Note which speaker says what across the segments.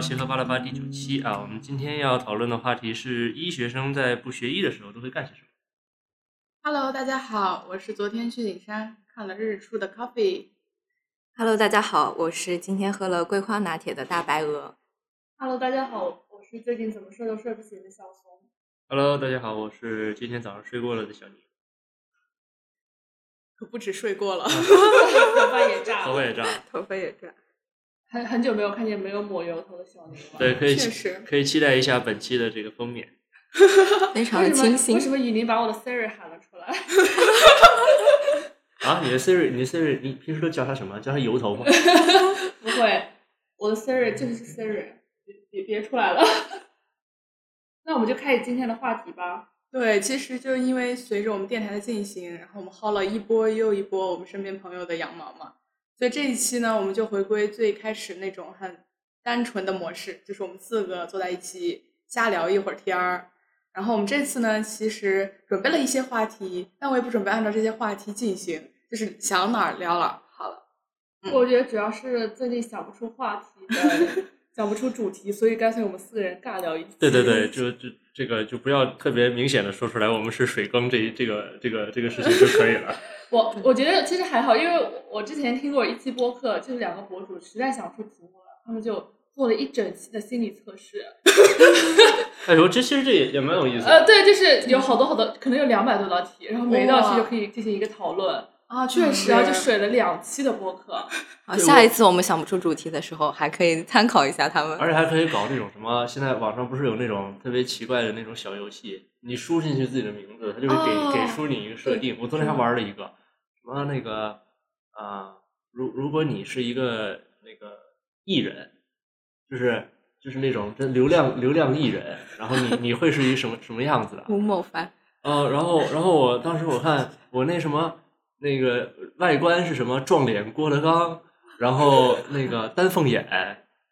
Speaker 1: 协和巴拉巴第九期啊，我们今天要讨论的话题是医学生在不学医的时候都会干些什么。
Speaker 2: Hello，大家好，我是昨天去景山看了日出的 Coffee。
Speaker 3: Hello，大家好，我是今天喝了桂花拿铁的大白鹅。
Speaker 4: Hello，大家好，我是最近怎么睡都睡不醒的小怂。
Speaker 1: Hello，大家好，我是今天早上睡过了的小宁，
Speaker 2: 可不止睡过 了，
Speaker 4: 头发也炸
Speaker 1: 头发
Speaker 4: 了，
Speaker 1: 也炸了，
Speaker 3: 头发也炸。
Speaker 4: 很很久没有看见没有抹油头的小牛了。
Speaker 1: 对，可以
Speaker 2: 确实
Speaker 1: 可以期待一下本期的这个封面。
Speaker 3: 非常
Speaker 4: 为
Speaker 3: 的
Speaker 4: 什么
Speaker 3: 清新
Speaker 4: 为。什么雨宁把我的 Siri 喊了出来？
Speaker 1: 啊，你的 Siri，你的 Siri，你平时都叫它什么？叫它油 头吗？
Speaker 4: 不会，我的 Siri 就是 Siri，别别别出来了。那我们就开始今天的话题吧。
Speaker 2: 对，其实就是因为随着我们电台的进行，然后我们薅了一波又一波我们身边朋友的羊毛嘛，所以这一期呢，我们就回归最开始那种很单纯的模式，就是我们四个坐在一起瞎聊一会儿天儿。然后我们这次呢，其实准备了一些话题，但我也不准备按照这些话题进行，就是想哪儿聊哪儿好了。嗯
Speaker 4: 我觉得主要是最近想不出话题的， 想不出主题，所以干脆我们四人尬聊一期。
Speaker 1: 对对对，就就这个就不要特别明显的说出来，我们是水更这一这个这个这个事情就可以 了。嗯
Speaker 4: 我我觉得其实还好，因为我我之前听过一期播客，就是两个博主实在想不出题目了，他们就做了一整期的心理测试。
Speaker 1: 哎呦，这其实这也也蛮有意思的。
Speaker 4: 呃，对，就是有好多好多，可能有两百多道题，然后每一道题
Speaker 2: 哇
Speaker 4: 就可以进行一个讨论，嗯
Speaker 2: 啊，确实，
Speaker 4: 然后就水了两期的播客。
Speaker 3: 好，
Speaker 1: 对
Speaker 3: 嗯哦下
Speaker 1: 我
Speaker 3: 一次我们想不出主题的时候，还可以参考一下他们。
Speaker 1: 而且还可以搞那种什么，现在网上不是有那种特别奇怪的那种小游戏，你输进去自己的名字，它就会给、
Speaker 2: 哦
Speaker 1: 给出你一个设定。我昨天还玩了一个，什么那个啊，如、如果你是一个那个艺人，就是就是那种这流量流量艺人，然后你你会是一什么什么样子的？
Speaker 3: 吴某凡，
Speaker 1: 呃，然后然后我当时我看我那什么那个外观是什么撞脸郭德纲，然后那个丹凤眼，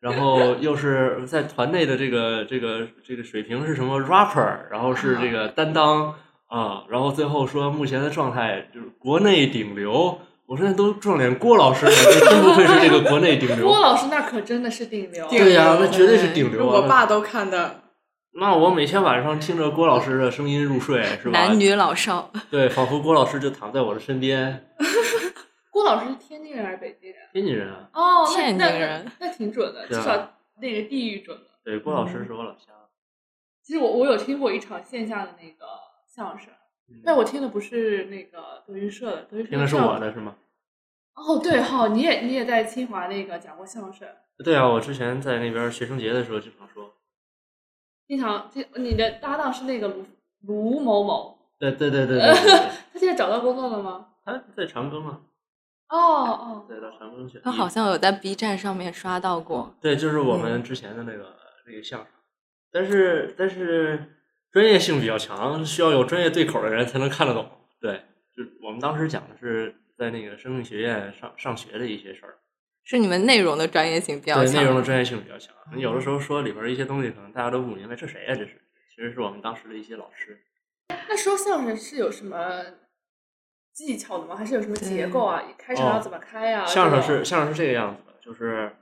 Speaker 1: 然后又是在团内的这个这个这个水平是什么 rapper，然后是这个担当啊、然后最后说目前的状态就是国内顶流。我现在都撞脸郭老师了，这真不愧是这个国内顶
Speaker 4: 郭
Speaker 1: 流。
Speaker 4: 老师那可真的是顶流，
Speaker 2: 顶
Speaker 1: 对呀、
Speaker 2: 流
Speaker 1: 那绝对是顶
Speaker 2: 是
Speaker 1: 流
Speaker 2: 我
Speaker 1: 啊！
Speaker 2: 爸都看的，
Speaker 1: 那我每天晚上听着郭老师的声音入睡，是吧？
Speaker 3: 男女老少，
Speaker 1: 对，仿佛郭老师就躺在我的身边。
Speaker 4: 郭老师是天津人还是北京人？
Speaker 1: 天津人啊，
Speaker 4: 哦那
Speaker 3: 天津
Speaker 4: 那
Speaker 3: 人
Speaker 4: 那那挺准的，
Speaker 1: 对
Speaker 4: 至
Speaker 1: 啊
Speaker 4: 少那个地域准的。
Speaker 1: 对，郭老师是我老乡。
Speaker 4: 其实我我有听过一场线下的那个相声，
Speaker 1: 嗯
Speaker 4: 但我听的不是那个德云社的，德云社
Speaker 1: 听的是
Speaker 4: 相
Speaker 1: 我
Speaker 4: 声
Speaker 1: 的是吗？
Speaker 4: 哦，对哈、你也你也在清华那个讲过相声，
Speaker 1: 对啊，我之前在那边学生节的时候经常说，
Speaker 4: 经常这你的搭档是那个卢卢某某，
Speaker 1: 对对对对对对，对
Speaker 4: 他现在找到工作了吗？
Speaker 1: 他在长庚啊，
Speaker 4: 哦哦，
Speaker 1: 对，到长庚去。
Speaker 3: 他好像有在 B 站上面刷到过。
Speaker 1: 对，就是我们之前的那个那个相声，但是但是专业性比较强，需要有专业对口的人才能看得懂。对，就我们当时讲的是在那个生命学院上上学的一些事儿。
Speaker 3: 是你们内容的专业性比较
Speaker 1: 对内容的
Speaker 3: 强，嗯
Speaker 1: 专业性比较强。你有的时候说里边儿一些东西，可能大家都不明白，这谁啊呀、这是，其实是我们当时的一些老师。
Speaker 4: 那说相声是有什么技巧的吗？还是有什么结构啊？开场
Speaker 1: 哦
Speaker 4: 要怎么开啊？
Speaker 1: 相
Speaker 4: 这
Speaker 1: 声
Speaker 4: 种
Speaker 1: 是相声是这个样子的，就是，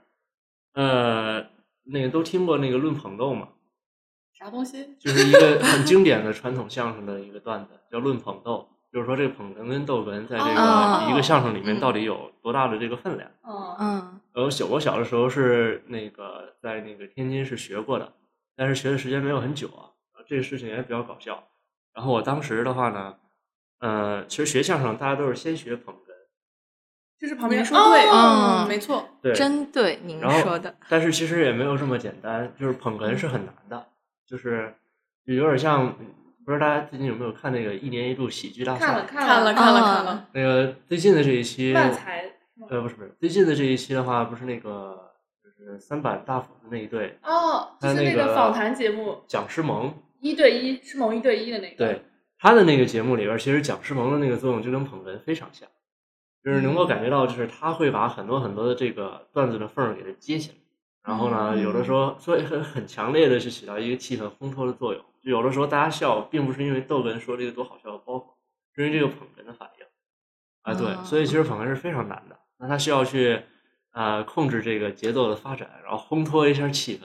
Speaker 1: 呃，那个都听过那个论捧逗嘛，
Speaker 2: 啥东西？
Speaker 1: 就是一个很经典的传统相声的一个段子，叫论捧逗，就是说这个捧哏跟逗哏在这
Speaker 3: 哦
Speaker 1: 个一个相声里面到底有多大的这个分量。
Speaker 4: 嗯，
Speaker 3: 嗯，
Speaker 1: 呃，我小我小的时候是那个在那个天津是学过的，但是学的时间没有很久啊。呃这个事情也比较搞笑。然后我当时的话呢，呃，其实学相声大家都是先学捧哏，
Speaker 2: 就是旁边
Speaker 4: 你
Speaker 2: 说对，
Speaker 3: 哦
Speaker 2: 嗯，没错，
Speaker 1: 对，
Speaker 3: 真对您
Speaker 1: 然后
Speaker 3: 说的，
Speaker 1: 但是其实也没有这么简单，就是捧哏是很难的，就是就有点像，不知道大家最近有没有看那个一年一度喜剧大
Speaker 4: 看了
Speaker 1: 赛？
Speaker 4: 看
Speaker 2: 看了看了看了，
Speaker 1: 那个最近的这一期，
Speaker 4: 漫才是吗
Speaker 1: 呃，不是不是，最近的这一期的话，不是那个就是三板大斧的那一对，
Speaker 4: 哦，就
Speaker 1: 他
Speaker 4: 是
Speaker 1: 那
Speaker 4: 那
Speaker 1: 个
Speaker 4: 个访谈节目
Speaker 1: 蒋诗萌，
Speaker 4: 一对一，是某一对一的那个。
Speaker 1: 对，他的那个节目里边，其实蒋诗萌的那个作用就跟捧哏非常像，就是能够感觉到，
Speaker 4: 嗯
Speaker 1: 就是他会把很多很多的这个段子的缝儿给它接起来，然后呢，
Speaker 3: 嗯
Speaker 1: 有的时候所以很很强烈的去起到一个气氛烘托的作用。就有的时候大家笑，并不是因为逗哏说这个多好笑的包袱，是因为这个捧哏的反应。啊，对，
Speaker 3: 哦
Speaker 1: 所以其实捧哏是非常呃难的，那他需要去啊控制这个节奏的发展，然后烘托一下气氛。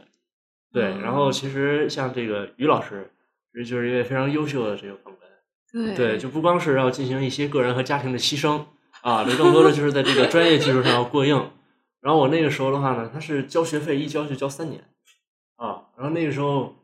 Speaker 1: 对，然
Speaker 4: 嗯
Speaker 1: 后其实像这个于老师，其实就是一位非常优秀的这个捧哏，
Speaker 3: 对
Speaker 1: 对，就不光是要进行一些个人和家庭的牺牲啊，这更多的就是在这个专业技术上要过硬。然后我那个时候的话呢，他是交学费一交就交三年啊，然后那个时候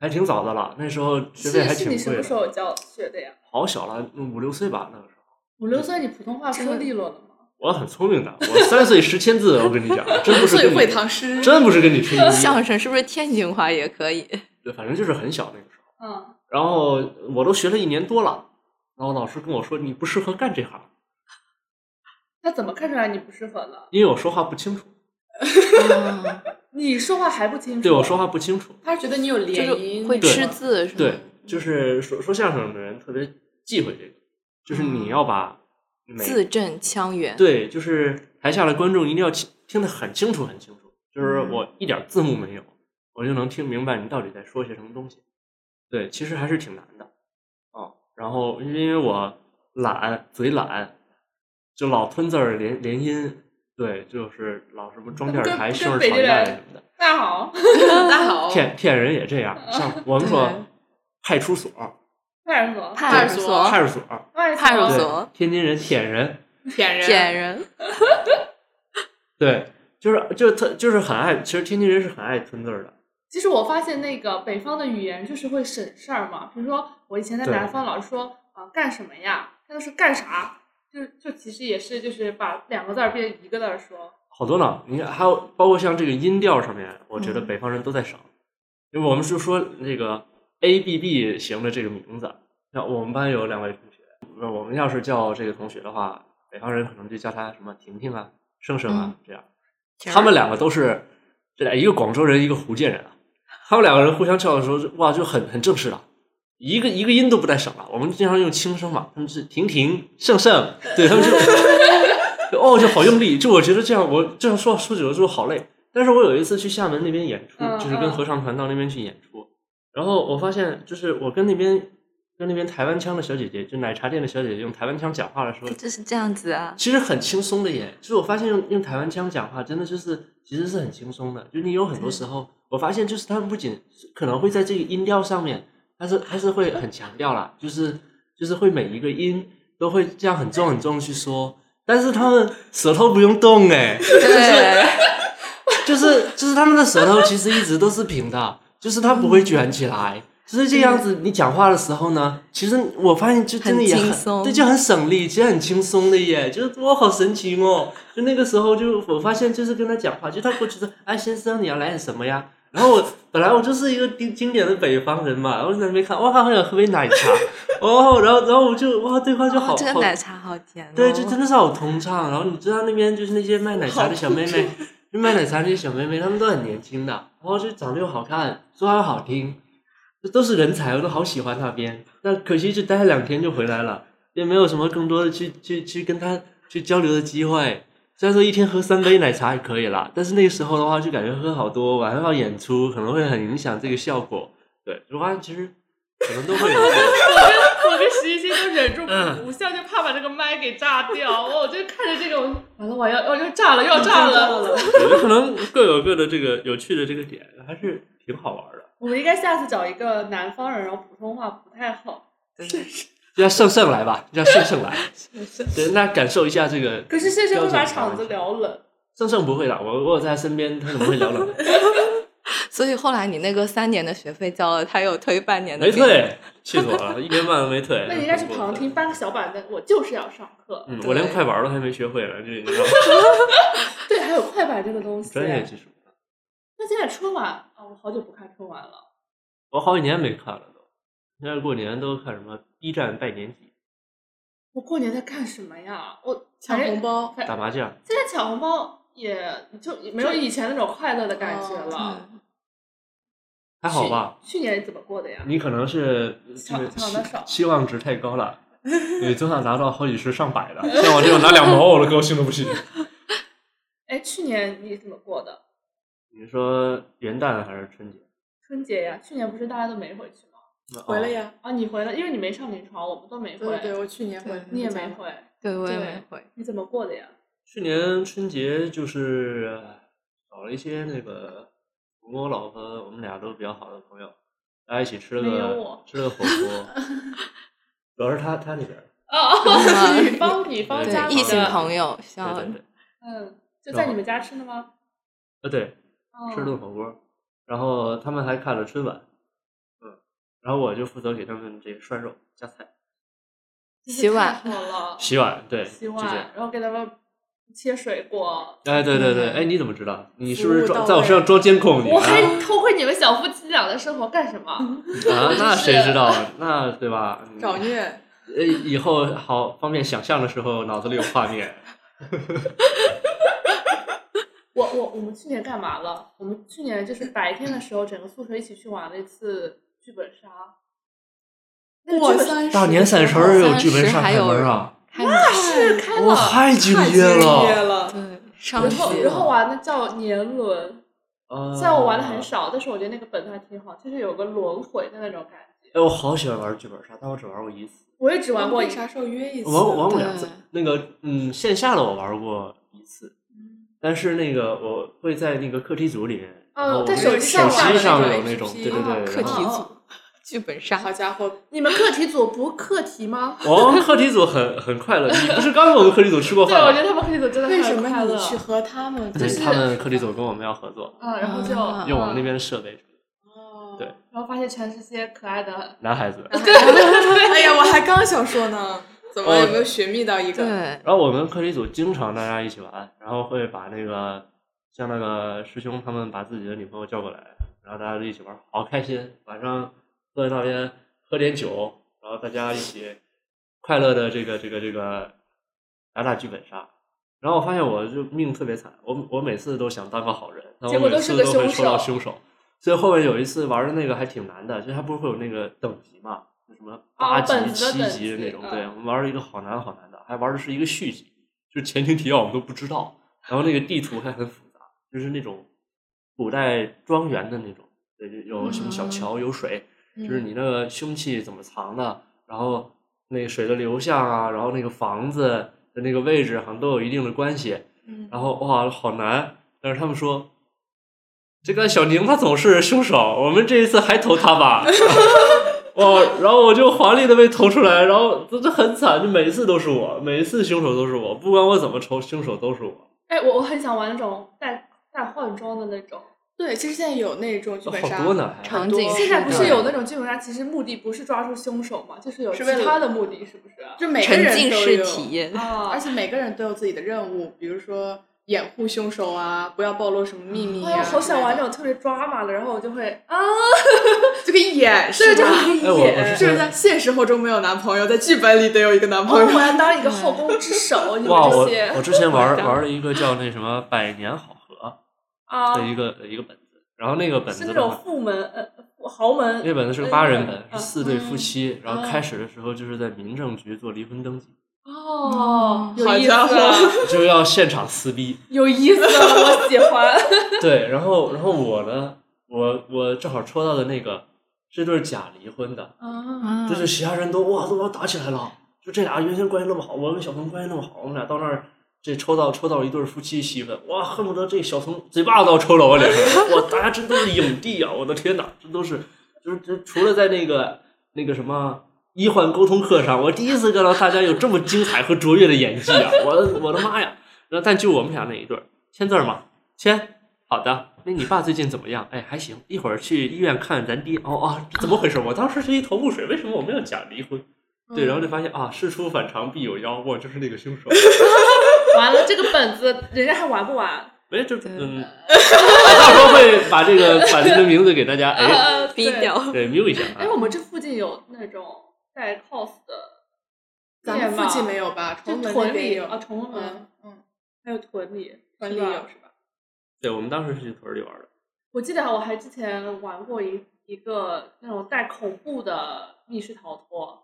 Speaker 1: 还挺早的了，那时候学费
Speaker 4: 是
Speaker 1: 还
Speaker 4: 是
Speaker 1: 挺
Speaker 4: 你什
Speaker 1: 贵
Speaker 4: 么时
Speaker 1: 的，
Speaker 4: 候交学的呀？
Speaker 1: 好小了，五六岁吧那个时候。
Speaker 4: 五六岁你普通话说利落了吗？
Speaker 1: 我很聪明的，我三岁识千字，我跟你讲，真不是跟
Speaker 2: 最
Speaker 1: 你
Speaker 2: 会唐诗，
Speaker 1: 真不是跟你 吹牛逼，
Speaker 3: 相声是不是天津话也可以？
Speaker 1: 对，反正就是很小那个时候。
Speaker 4: 嗯，
Speaker 1: 然后我都学了一年多了，然后老师跟我说你不适合干这行，
Speaker 4: 那怎么看出来你不适合呢？
Speaker 1: 因为我说话不清楚，
Speaker 3: 啊
Speaker 4: 你说话还不清楚？
Speaker 1: 对我说话不清楚，
Speaker 2: 他是觉得你有
Speaker 3: 就
Speaker 2: 涟
Speaker 3: 是
Speaker 2: 漪，
Speaker 3: 会
Speaker 2: 那
Speaker 3: 吃
Speaker 2: 种
Speaker 3: 字是吗？
Speaker 1: 对，就是说说相声的人特别忌讳这个，就是你要把每
Speaker 3: 字正腔圆。
Speaker 1: 对，就是台下的观众一定要听听得很清楚，很清楚，就是
Speaker 3: 嗯
Speaker 1: 我一点字幕没有，我就能听明白你到底在说些什么东西。对，其实还是挺难的啊。然后因为我懒，嘴懒，就老吞字儿连连音，对，就是老什么装电视台、
Speaker 4: 跟
Speaker 1: 相声
Speaker 4: 跟北
Speaker 1: 传
Speaker 4: 京
Speaker 1: 代
Speaker 4: 人哦
Speaker 1: 什么的，
Speaker 4: 大家好，
Speaker 2: 大好，
Speaker 1: 骗骗人也这样。
Speaker 4: 嗯
Speaker 1: 像我们
Speaker 3: 对
Speaker 1: 说派出所、
Speaker 4: 派出所，
Speaker 3: 派
Speaker 2: 出
Speaker 3: 出
Speaker 2: 所
Speaker 1: 派出所，
Speaker 4: 哦派
Speaker 3: 派出所
Speaker 1: 对，天津人舔人，
Speaker 2: 舔人，
Speaker 3: 骗人，
Speaker 1: 对，就是就是他就是很爱，其实天津人是很爱吞字儿的。
Speaker 4: 其实我发现那个北方的语言就是会省事儿嘛，比如说我以前在
Speaker 1: 对
Speaker 4: 南方老是说啊干什么呀，他就是干啥，就就其实也是就是把两个字儿变一个字儿说，
Speaker 1: 好多呢。你看，还有包括像这个音调上面，我觉得北方人都在省，因为我们是说那个 A B B 型的这个名字，像我们班有两位同学，呃我们要是叫这个同学的话，北方人可能就叫他什么婷婷啊、生生啊、这样。他们两个都是这俩，一个广州人，一个福建人啊。他们两个人互相叫的时候，哇，就很很正式了。一个一个音都不带省了，我们经常用轻声嘛，他们是婷婷、胜胜，对他们就 哦，就好用力。就我觉得这样，我这样说说久了之后好累。但是我有一次去厦门那边演出，
Speaker 4: 嗯
Speaker 1: 就是跟
Speaker 4: 嗯
Speaker 1: 合唱团到那边去演出，然后我发现，就是我跟那边跟那边台湾腔的小姐姐，就奶茶店的小姐姐用台湾腔讲话的时候，
Speaker 3: 就是这样子啊。
Speaker 1: 其实很轻松的耶。就是我发现用用台湾腔讲话，真的就是其实是很轻松的。就你有很多时候，我发现就是他们不仅可能会在这个音调上面，他是他是会很强调啦，就是就是会每一个音都会这样很重很重地去说，但是他们舌头不用动哎，
Speaker 3: 对，
Speaker 1: 就是就是他们的舌头其实一直都是平的，就是它不会卷起来。就是这样子，你讲话的时候呢，其实我发现就真的也
Speaker 3: 嗯很轻松
Speaker 1: 对，就很省力，其实很轻松的耶，就是多好神奇哦！就那个时候就我发现，就是跟他讲话，就他过去说：“哎，先生，你要来点什么呀？”然后我本来我就是一个经经典的北方人嘛，我就在那边看，哇，好想喝杯奶茶，哦，然后然后我就哇，对话就好、
Speaker 3: 哦这
Speaker 1: 好
Speaker 3: 个奶茶好甜哦。
Speaker 1: 对，就真的是好通畅。然后你知道那边就是那些卖奶茶的小妹妹，就卖奶茶那些小妹妹，她们都很年轻的，然后就长得又好看，说话又好听，这都是人才，我都好喜欢那边。但可惜就待了两天就回来了，也没有什么更多的去去去跟她去交流的机会。虽然说一天喝三杯奶茶也可以啦，但是那个时候的话，就感觉喝好多，晚上要演出，可能会很影响这个效果。对，我发现其实可能都会有这种。
Speaker 4: 我跟实习生都忍住
Speaker 1: 嗯
Speaker 4: 不笑，就怕把这个麦给炸掉。我我就看着这个，我说完了，我要我要炸了，要炸了。
Speaker 1: 我觉得可能各有各的这个有趣的这个点，还是挺好玩的。
Speaker 4: 我们应该下次找一个南方人，然后普通话不太好。
Speaker 1: 就叫胜胜来吧，就叫胜胜来。对，那感受一下这个。啊
Speaker 4: 可是甚至会把场子。聊冷。
Speaker 1: 胜胜不会的，我我有在他身边，他怎么会聊冷？
Speaker 3: 所以后来你那个三年的学费交了，他有退半年的。
Speaker 1: 没。 退，气死我了，一年半都没退。
Speaker 4: 那你应该去旁听，搬个小板凳，我就是要上课。
Speaker 1: 嗯，
Speaker 3: 对
Speaker 1: 我连快板都还没学会呢，就已经要
Speaker 4: 对，还有快板这个东西。
Speaker 1: 专业技术。
Speaker 4: 那现在春晚啊、我好久不看春晚了。
Speaker 1: 我好几年没看了都，现在过年都看什么 B 站拜年季、
Speaker 4: 我过年在干什么呀？我
Speaker 2: 抢红。包，
Speaker 1: 打麻将，
Speaker 4: 现在抢红包也就没有以前那种快乐的感觉
Speaker 2: 哦
Speaker 4: 了。
Speaker 3: 嗯
Speaker 1: 还好吧？
Speaker 4: 去？去年怎么过的呀？
Speaker 1: 你可能是这
Speaker 4: 抢
Speaker 1: 个
Speaker 4: 抢得
Speaker 1: 期
Speaker 4: 少
Speaker 1: 期望值太高了，你总想拿到好几十上百的，像我这种拿两毛我都高兴的不行。
Speaker 4: 哎，去年你怎么过的？
Speaker 1: 你说元旦还是春节？
Speaker 4: 春节呀，去年不是大家都没回去吗？
Speaker 2: 回
Speaker 1: 哦
Speaker 2: 了呀，
Speaker 4: 啊，你回来，因为你没上临床，我们都没回。
Speaker 2: 对对对，我去年
Speaker 3: 对
Speaker 2: 回，
Speaker 4: 你也没，回，
Speaker 3: 对，我也
Speaker 4: 对
Speaker 3: 没回。
Speaker 4: 你怎么过的呀？
Speaker 1: 去年春节就是呃找了一些那个我跟我老婆我们俩都比较好的朋友，大家一起吃了
Speaker 4: 没有
Speaker 1: 个
Speaker 4: 我
Speaker 1: 吃了个火锅， 主要是他他那边儿，
Speaker 4: 哦，女方女方家
Speaker 3: 对，
Speaker 4: 里
Speaker 3: 异性
Speaker 4: 的
Speaker 3: 朋友需
Speaker 1: 对
Speaker 3: 要
Speaker 1: 对对，
Speaker 4: 嗯，就在你们家吃的吗？
Speaker 1: 啊对，
Speaker 4: 哦
Speaker 1: 吃了顿火锅，然后他们还看了春晚，嗯，然后我就负责给他们这个涮肉夹菜、
Speaker 3: 洗碗
Speaker 4: 太好 了，
Speaker 1: 洗碗，对，
Speaker 4: 洗
Speaker 1: 就这
Speaker 4: 碗
Speaker 1: 样，
Speaker 4: 然后给他们切水果。
Speaker 1: 哎，对对对，
Speaker 3: 嗯
Speaker 1: 哎，你怎么知道？你是
Speaker 2: 服
Speaker 1: 不是
Speaker 2: 务
Speaker 1: 装
Speaker 2: 到
Speaker 1: 在我
Speaker 2: 位
Speaker 1: 身上装监控你？
Speaker 4: 我
Speaker 1: 啊？
Speaker 4: 还偷窥你们小夫妻俩的生活干什么？
Speaker 1: 啊，那
Speaker 4: 是
Speaker 1: 谁知道？那对吧？嗯
Speaker 2: 找虐，
Speaker 1: 呃，以后好方便想象的时候，脑子里有画面。
Speaker 4: 我我我们去年干嘛了？我们去年就是白天的时候，整个宿舍一起去玩了一次剧本杀。那个
Speaker 2: 过
Speaker 4: 剧本杀
Speaker 2: 三十，
Speaker 1: 大年三十儿有剧本杀开
Speaker 3: 还有
Speaker 1: 门啊！
Speaker 3: 开门，
Speaker 4: 是开
Speaker 1: 哇，
Speaker 4: 了，
Speaker 1: 太敬
Speaker 2: 太
Speaker 1: 业
Speaker 2: 业
Speaker 1: 了。
Speaker 2: 了，
Speaker 3: 对，上
Speaker 4: 然
Speaker 3: 级
Speaker 4: 后然后玩的叫年轮，
Speaker 1: 啊
Speaker 3: 嗯
Speaker 4: 虽然我玩的很，少，但是我觉得那个本子还挺好，就是有个轮回的那种感觉。
Speaker 1: 哎，我好喜欢玩剧本杀，但我只玩过一次，
Speaker 4: 我也只玩过一
Speaker 2: 为啥时候约一次？
Speaker 1: 玩玩过
Speaker 3: 对
Speaker 1: 两次。那个，嗯，线下的我玩过一次，但是那个我会在那个课题组里面，
Speaker 4: 哦
Speaker 1: 然后我
Speaker 4: 在
Speaker 1: 们
Speaker 4: 手
Speaker 1: 手
Speaker 4: 机上玩的
Speaker 1: 上
Speaker 2: 那种
Speaker 1: 有那种，对
Speaker 2: APP
Speaker 1: 对对，
Speaker 3: 课
Speaker 1: 然后
Speaker 3: 题
Speaker 4: 哦
Speaker 3: 组、剧本杀，
Speaker 2: 好家伙，
Speaker 4: 你们课题组不课题吗？
Speaker 1: 我们哦课题组很很快乐，你不是刚跟我们课题组吃过
Speaker 4: 对，
Speaker 1: 饭吗？
Speaker 4: 我觉得他们课题组真的
Speaker 2: 为什
Speaker 4: 很
Speaker 2: 么
Speaker 4: 快乐
Speaker 2: 你去和他们？
Speaker 1: 对
Speaker 2: 就是
Speaker 1: 他们课题组跟我们要合作，
Speaker 4: 啊，然后就
Speaker 3: 啊
Speaker 1: 用我们那边的设备，
Speaker 2: 哦
Speaker 1: 对
Speaker 4: 然后发现全是些可 爱的，
Speaker 1: 男孩子。
Speaker 2: 哎呀，我还刚想说呢，怎
Speaker 1: 哦
Speaker 2: 么有没有寻觅到一个？
Speaker 3: 对，
Speaker 1: 然后我们课题组经常大家一起玩，然后会把那个像那个师兄他们把自己的女朋友叫过来，然后大家就一起玩，好开心。晚上坐在那边喝点酒，然后大家一起快乐的这个这个这个打打剧本杀。然后我发现我就命特别惨，我我每次都想当个好人，但
Speaker 4: 结
Speaker 1: 我
Speaker 4: 果
Speaker 1: 每
Speaker 4: 都是
Speaker 1: 次
Speaker 4: 个
Speaker 1: 都会
Speaker 4: 凶
Speaker 1: 抽到
Speaker 4: 手
Speaker 1: 凶手。所以后面有一次玩的那个还挺难的，就它不是会有那个等级嘛，就什么八
Speaker 4: 啊
Speaker 1: 级、
Speaker 4: 本子的
Speaker 1: 七
Speaker 4: 等
Speaker 1: 级的那
Speaker 4: 级
Speaker 1: 种。
Speaker 4: 嗯
Speaker 1: 对，我们玩了一个好难好难的，还玩的是一个续集，就是前情提要我们都不知道，然后那个地图还很复杂，就是那种古代庄园的那种，对，就有什么小
Speaker 3: 嗯
Speaker 1: 桥、有水，就是
Speaker 4: 嗯
Speaker 1: 你那个凶器怎么藏的，然后那个水的流向啊，然后那个房子的那个位置好像都有一定的关系。
Speaker 2: 嗯
Speaker 1: 然后哇，好难！但是他们说，这个小宁他总是凶手，我们这一次还投他吧。哇，然后我就华丽的被投出来，然后这这很惨，就每一次都是我，每一次凶手都是我，不管我怎么抽，凶手都是我。
Speaker 4: 哎，我我很想玩那种带带换装的那种。
Speaker 2: 对，其实现在有那种剧本杀，
Speaker 1: 哦好多呢还
Speaker 3: 场景
Speaker 2: 很多
Speaker 4: 现在不是
Speaker 1: 对
Speaker 4: 有那种剧本杀，其实目的不是抓住凶手嘛，就是有啊
Speaker 2: 是
Speaker 4: 其
Speaker 2: 为了
Speaker 4: 他的目的，是不 是？
Speaker 2: 就每个
Speaker 3: 沉
Speaker 2: 人
Speaker 3: 浸
Speaker 2: 都
Speaker 3: 式
Speaker 2: 有，
Speaker 3: 体验，
Speaker 4: 啊，
Speaker 2: 而且每个人都有自己的任务，比如说掩护凶手啊，不要暴露什么秘密
Speaker 4: 哎
Speaker 2: 啊，
Speaker 4: 呀，好想玩那种特别抓马的，然后我就会啊，
Speaker 2: 就可以演
Speaker 4: 对，
Speaker 2: 是
Speaker 4: 就
Speaker 2: 吧？
Speaker 4: 可以
Speaker 1: 哎我我
Speaker 4: 演
Speaker 1: 是。
Speaker 2: 就是在现实活中没有男朋友，在剧本里得有一个男朋
Speaker 4: 哦，
Speaker 2: 友
Speaker 4: 我。要当一个后宫 之首，你们
Speaker 1: 哇，
Speaker 4: 这
Speaker 1: 我
Speaker 4: 些
Speaker 1: 我之前 玩
Speaker 3: 的
Speaker 1: 玩了一个叫那什么《百年好合
Speaker 4: 啊》，
Speaker 1: 的一个一个本子，然后那个本
Speaker 4: 是
Speaker 1: 子
Speaker 4: 那
Speaker 1: 的
Speaker 4: 种
Speaker 1: 话，
Speaker 4: 富门呃豪门
Speaker 1: 那本子是个八人本，
Speaker 4: 嗯
Speaker 1: 是四对夫妻，然后
Speaker 2: 嗯
Speaker 1: 开始的时候就是在民政局做离婚登记，
Speaker 4: 哦，有
Speaker 2: 好
Speaker 4: 意思
Speaker 2: 家
Speaker 4: 啊，
Speaker 1: 就要现场撕逼。
Speaker 4: 有意思啊，我喜 欢。
Speaker 1: 对，然后然后我呢，我我正好抽到的那个是对假离婚的，
Speaker 4: 啊，
Speaker 3: 嗯
Speaker 1: 就，是其他人都哇都把我打起来了，就这俩原先关系那么好，我跟小童关系那么好，我们俩到那儿这抽到抽到一对夫妻戏份，哇，恨不得这小童嘴巴子都抽到我脸上了，哇，大家真都是影帝啊！我的天哪，这都是就是这除了在那个那个什么。医患沟通课上，我第一次看到大家有这么精彩和卓越的演技啊！我的我的妈呀！然后但就我们俩那一对儿，签字儿嘛，签。好的，那你爸最近怎么样？哎，还行。一会儿去医院看咱爹。哦哦，怎么回事？我当时是一头雾水，为什么我们要假离婚？
Speaker 4: 嗯
Speaker 1: 对，然后就发现啊，事出反常必有妖，我 就是那个凶手。
Speaker 4: 完了这个本子，人家还玩不玩？
Speaker 1: 没就
Speaker 3: 对
Speaker 1: 嗯，到时候会把这个把这个名字给大家
Speaker 3: 啊
Speaker 1: 哎，
Speaker 4: 呃，
Speaker 3: 低
Speaker 4: 对。
Speaker 3: 调，
Speaker 1: 对瞄一下啊
Speaker 4: 哎，。我们这附近有那种带 cos 的
Speaker 2: 咱们
Speaker 4: 店
Speaker 2: 附
Speaker 4: 吗
Speaker 2: 近没有吧？崇
Speaker 4: 就
Speaker 2: 文那
Speaker 4: 屯
Speaker 2: 边
Speaker 4: 里
Speaker 2: 有
Speaker 4: 啊，，崇文
Speaker 2: 嗯嗯，
Speaker 4: 还有屯里，
Speaker 2: 屯
Speaker 4: 是
Speaker 2: 里
Speaker 4: 吧
Speaker 2: 有是吧？
Speaker 1: 对，我们当时是去屯儿里玩的。
Speaker 4: 我记得我还之前玩过一一个那种带恐怖的密室逃脱，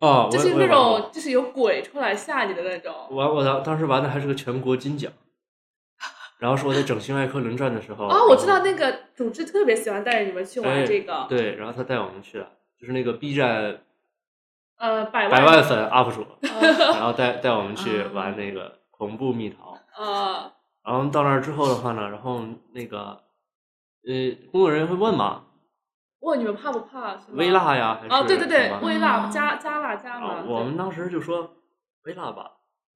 Speaker 1: 哦，
Speaker 4: 就是那种就是有鬼出来吓你的那种。
Speaker 1: 我我当当时玩的还是个全国金奖，然后是我在整形外科轮转的时候。
Speaker 4: 啊，我知道那个主持特别喜欢带着你们去
Speaker 1: 哎
Speaker 4: 玩这个，
Speaker 1: 对，然后他带我们去了，就是那个 B 站
Speaker 4: 呃，百
Speaker 1: 百万粉 UP 主，
Speaker 2: 啊
Speaker 1: 然后带带我们
Speaker 4: 啊
Speaker 1: 去玩那个恐怖蜜桃。
Speaker 4: 呃，
Speaker 1: 然后到那儿之后的话呢，然后那个呃，工作人员会问嘛，
Speaker 4: 问你们怕不怕？是吗
Speaker 1: 微辣呀还是
Speaker 4: 哦，对对对
Speaker 1: 什，么
Speaker 4: 微辣加加辣加
Speaker 1: 啊
Speaker 4: 嘛。
Speaker 1: 我
Speaker 4: 对
Speaker 1: 们当时就说微辣吧，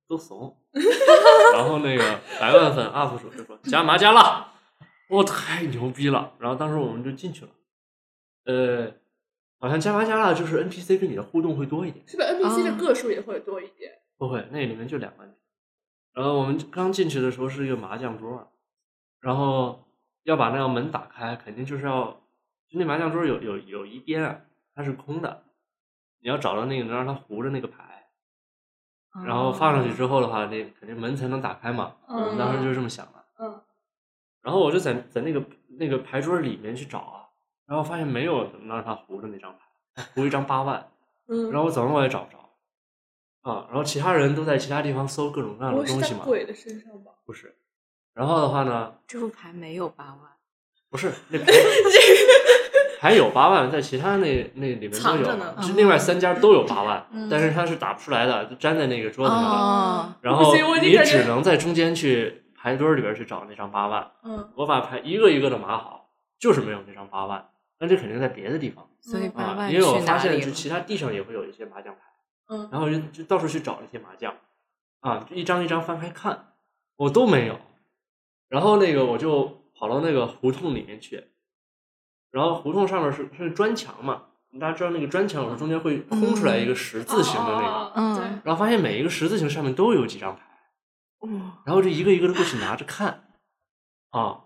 Speaker 1: 都怂。 然后那个百万粉 UP 主就说加麻加辣，我、太牛逼了。然后当时我们就进去了，呃，好像加麻加辣就是 NPC 跟你的互动会多一点，
Speaker 4: 是不是 NPC 的
Speaker 3: 啊
Speaker 4: 个数也会多一点？
Speaker 1: 不会，那里面就两个人。然后我们刚进去的时候是一个麻将桌，然后要把那个门打开，肯定就是要，就那麻将桌有有有一边啊它是空的，你要找到那个能让它糊着那个牌。然后放上去之后的话，那肯定门才能打开嘛。我们当时就是这么想的。
Speaker 4: 嗯。
Speaker 1: 然后我就在在那个那个牌桌里面去找啊，然后发现没有能让他胡的那张牌，胡一张八万，
Speaker 4: 嗯，
Speaker 1: 然后我怎么我也找不着。啊，然后其他人都在其他地方搜各种各样
Speaker 4: 不
Speaker 1: 的
Speaker 4: 会是
Speaker 1: 东
Speaker 4: 在
Speaker 1: 西嘛，
Speaker 4: 鬼的身上吧？
Speaker 1: 不是。然后的话呢，
Speaker 3: 这副牌没有八万，
Speaker 1: 不是 那牌还有八万，在其他那那里面都
Speaker 2: 藏
Speaker 1: 有
Speaker 2: 着呢，
Speaker 1: 就另外三家都有八万，
Speaker 2: 嗯
Speaker 1: 但是他是打不出来的，就粘在那个桌子上的。
Speaker 3: 哦，
Speaker 1: 然后
Speaker 4: 不行我已经
Speaker 1: 你
Speaker 4: 感觉
Speaker 1: 只能在中间去排堆儿里边去找那张八万。
Speaker 4: 嗯，
Speaker 1: 我把牌一个一个的码好，就是没有那张八万，那这肯定在别的地方
Speaker 3: 所以八
Speaker 1: 啊，
Speaker 3: 万
Speaker 1: 因为我
Speaker 3: 去
Speaker 1: 发
Speaker 3: 哪
Speaker 1: 现
Speaker 3: 里
Speaker 1: 就
Speaker 3: 了？
Speaker 1: 其他地上也会有一些麻将牌，
Speaker 4: 嗯
Speaker 1: 然后就就到处去找那些麻将，啊，就一张一张翻开看，我都没有。然后那个我就跑到那个胡同里面去，然后胡同上面是是砖墙嘛，大家知道那个砖墙有时候中间会空出来一个十字形的那个，
Speaker 4: 哦哦哦对
Speaker 3: 嗯
Speaker 1: 然后发现每一个十字形上面都有几张牌。
Speaker 3: 哇，
Speaker 1: 然后就一个一个的过去拿着看，啊，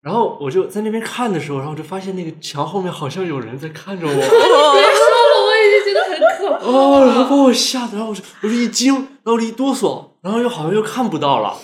Speaker 1: 然后我就在那边看的时候，然后就发现那个墙后面好像有人在看着我，
Speaker 4: 别说了，我已经觉得很可 怕
Speaker 1: 哦，然后把
Speaker 4: 了。
Speaker 1: 我吓得，然后我就我就一惊，然后我就一哆嗦，然后又好像又看不到了，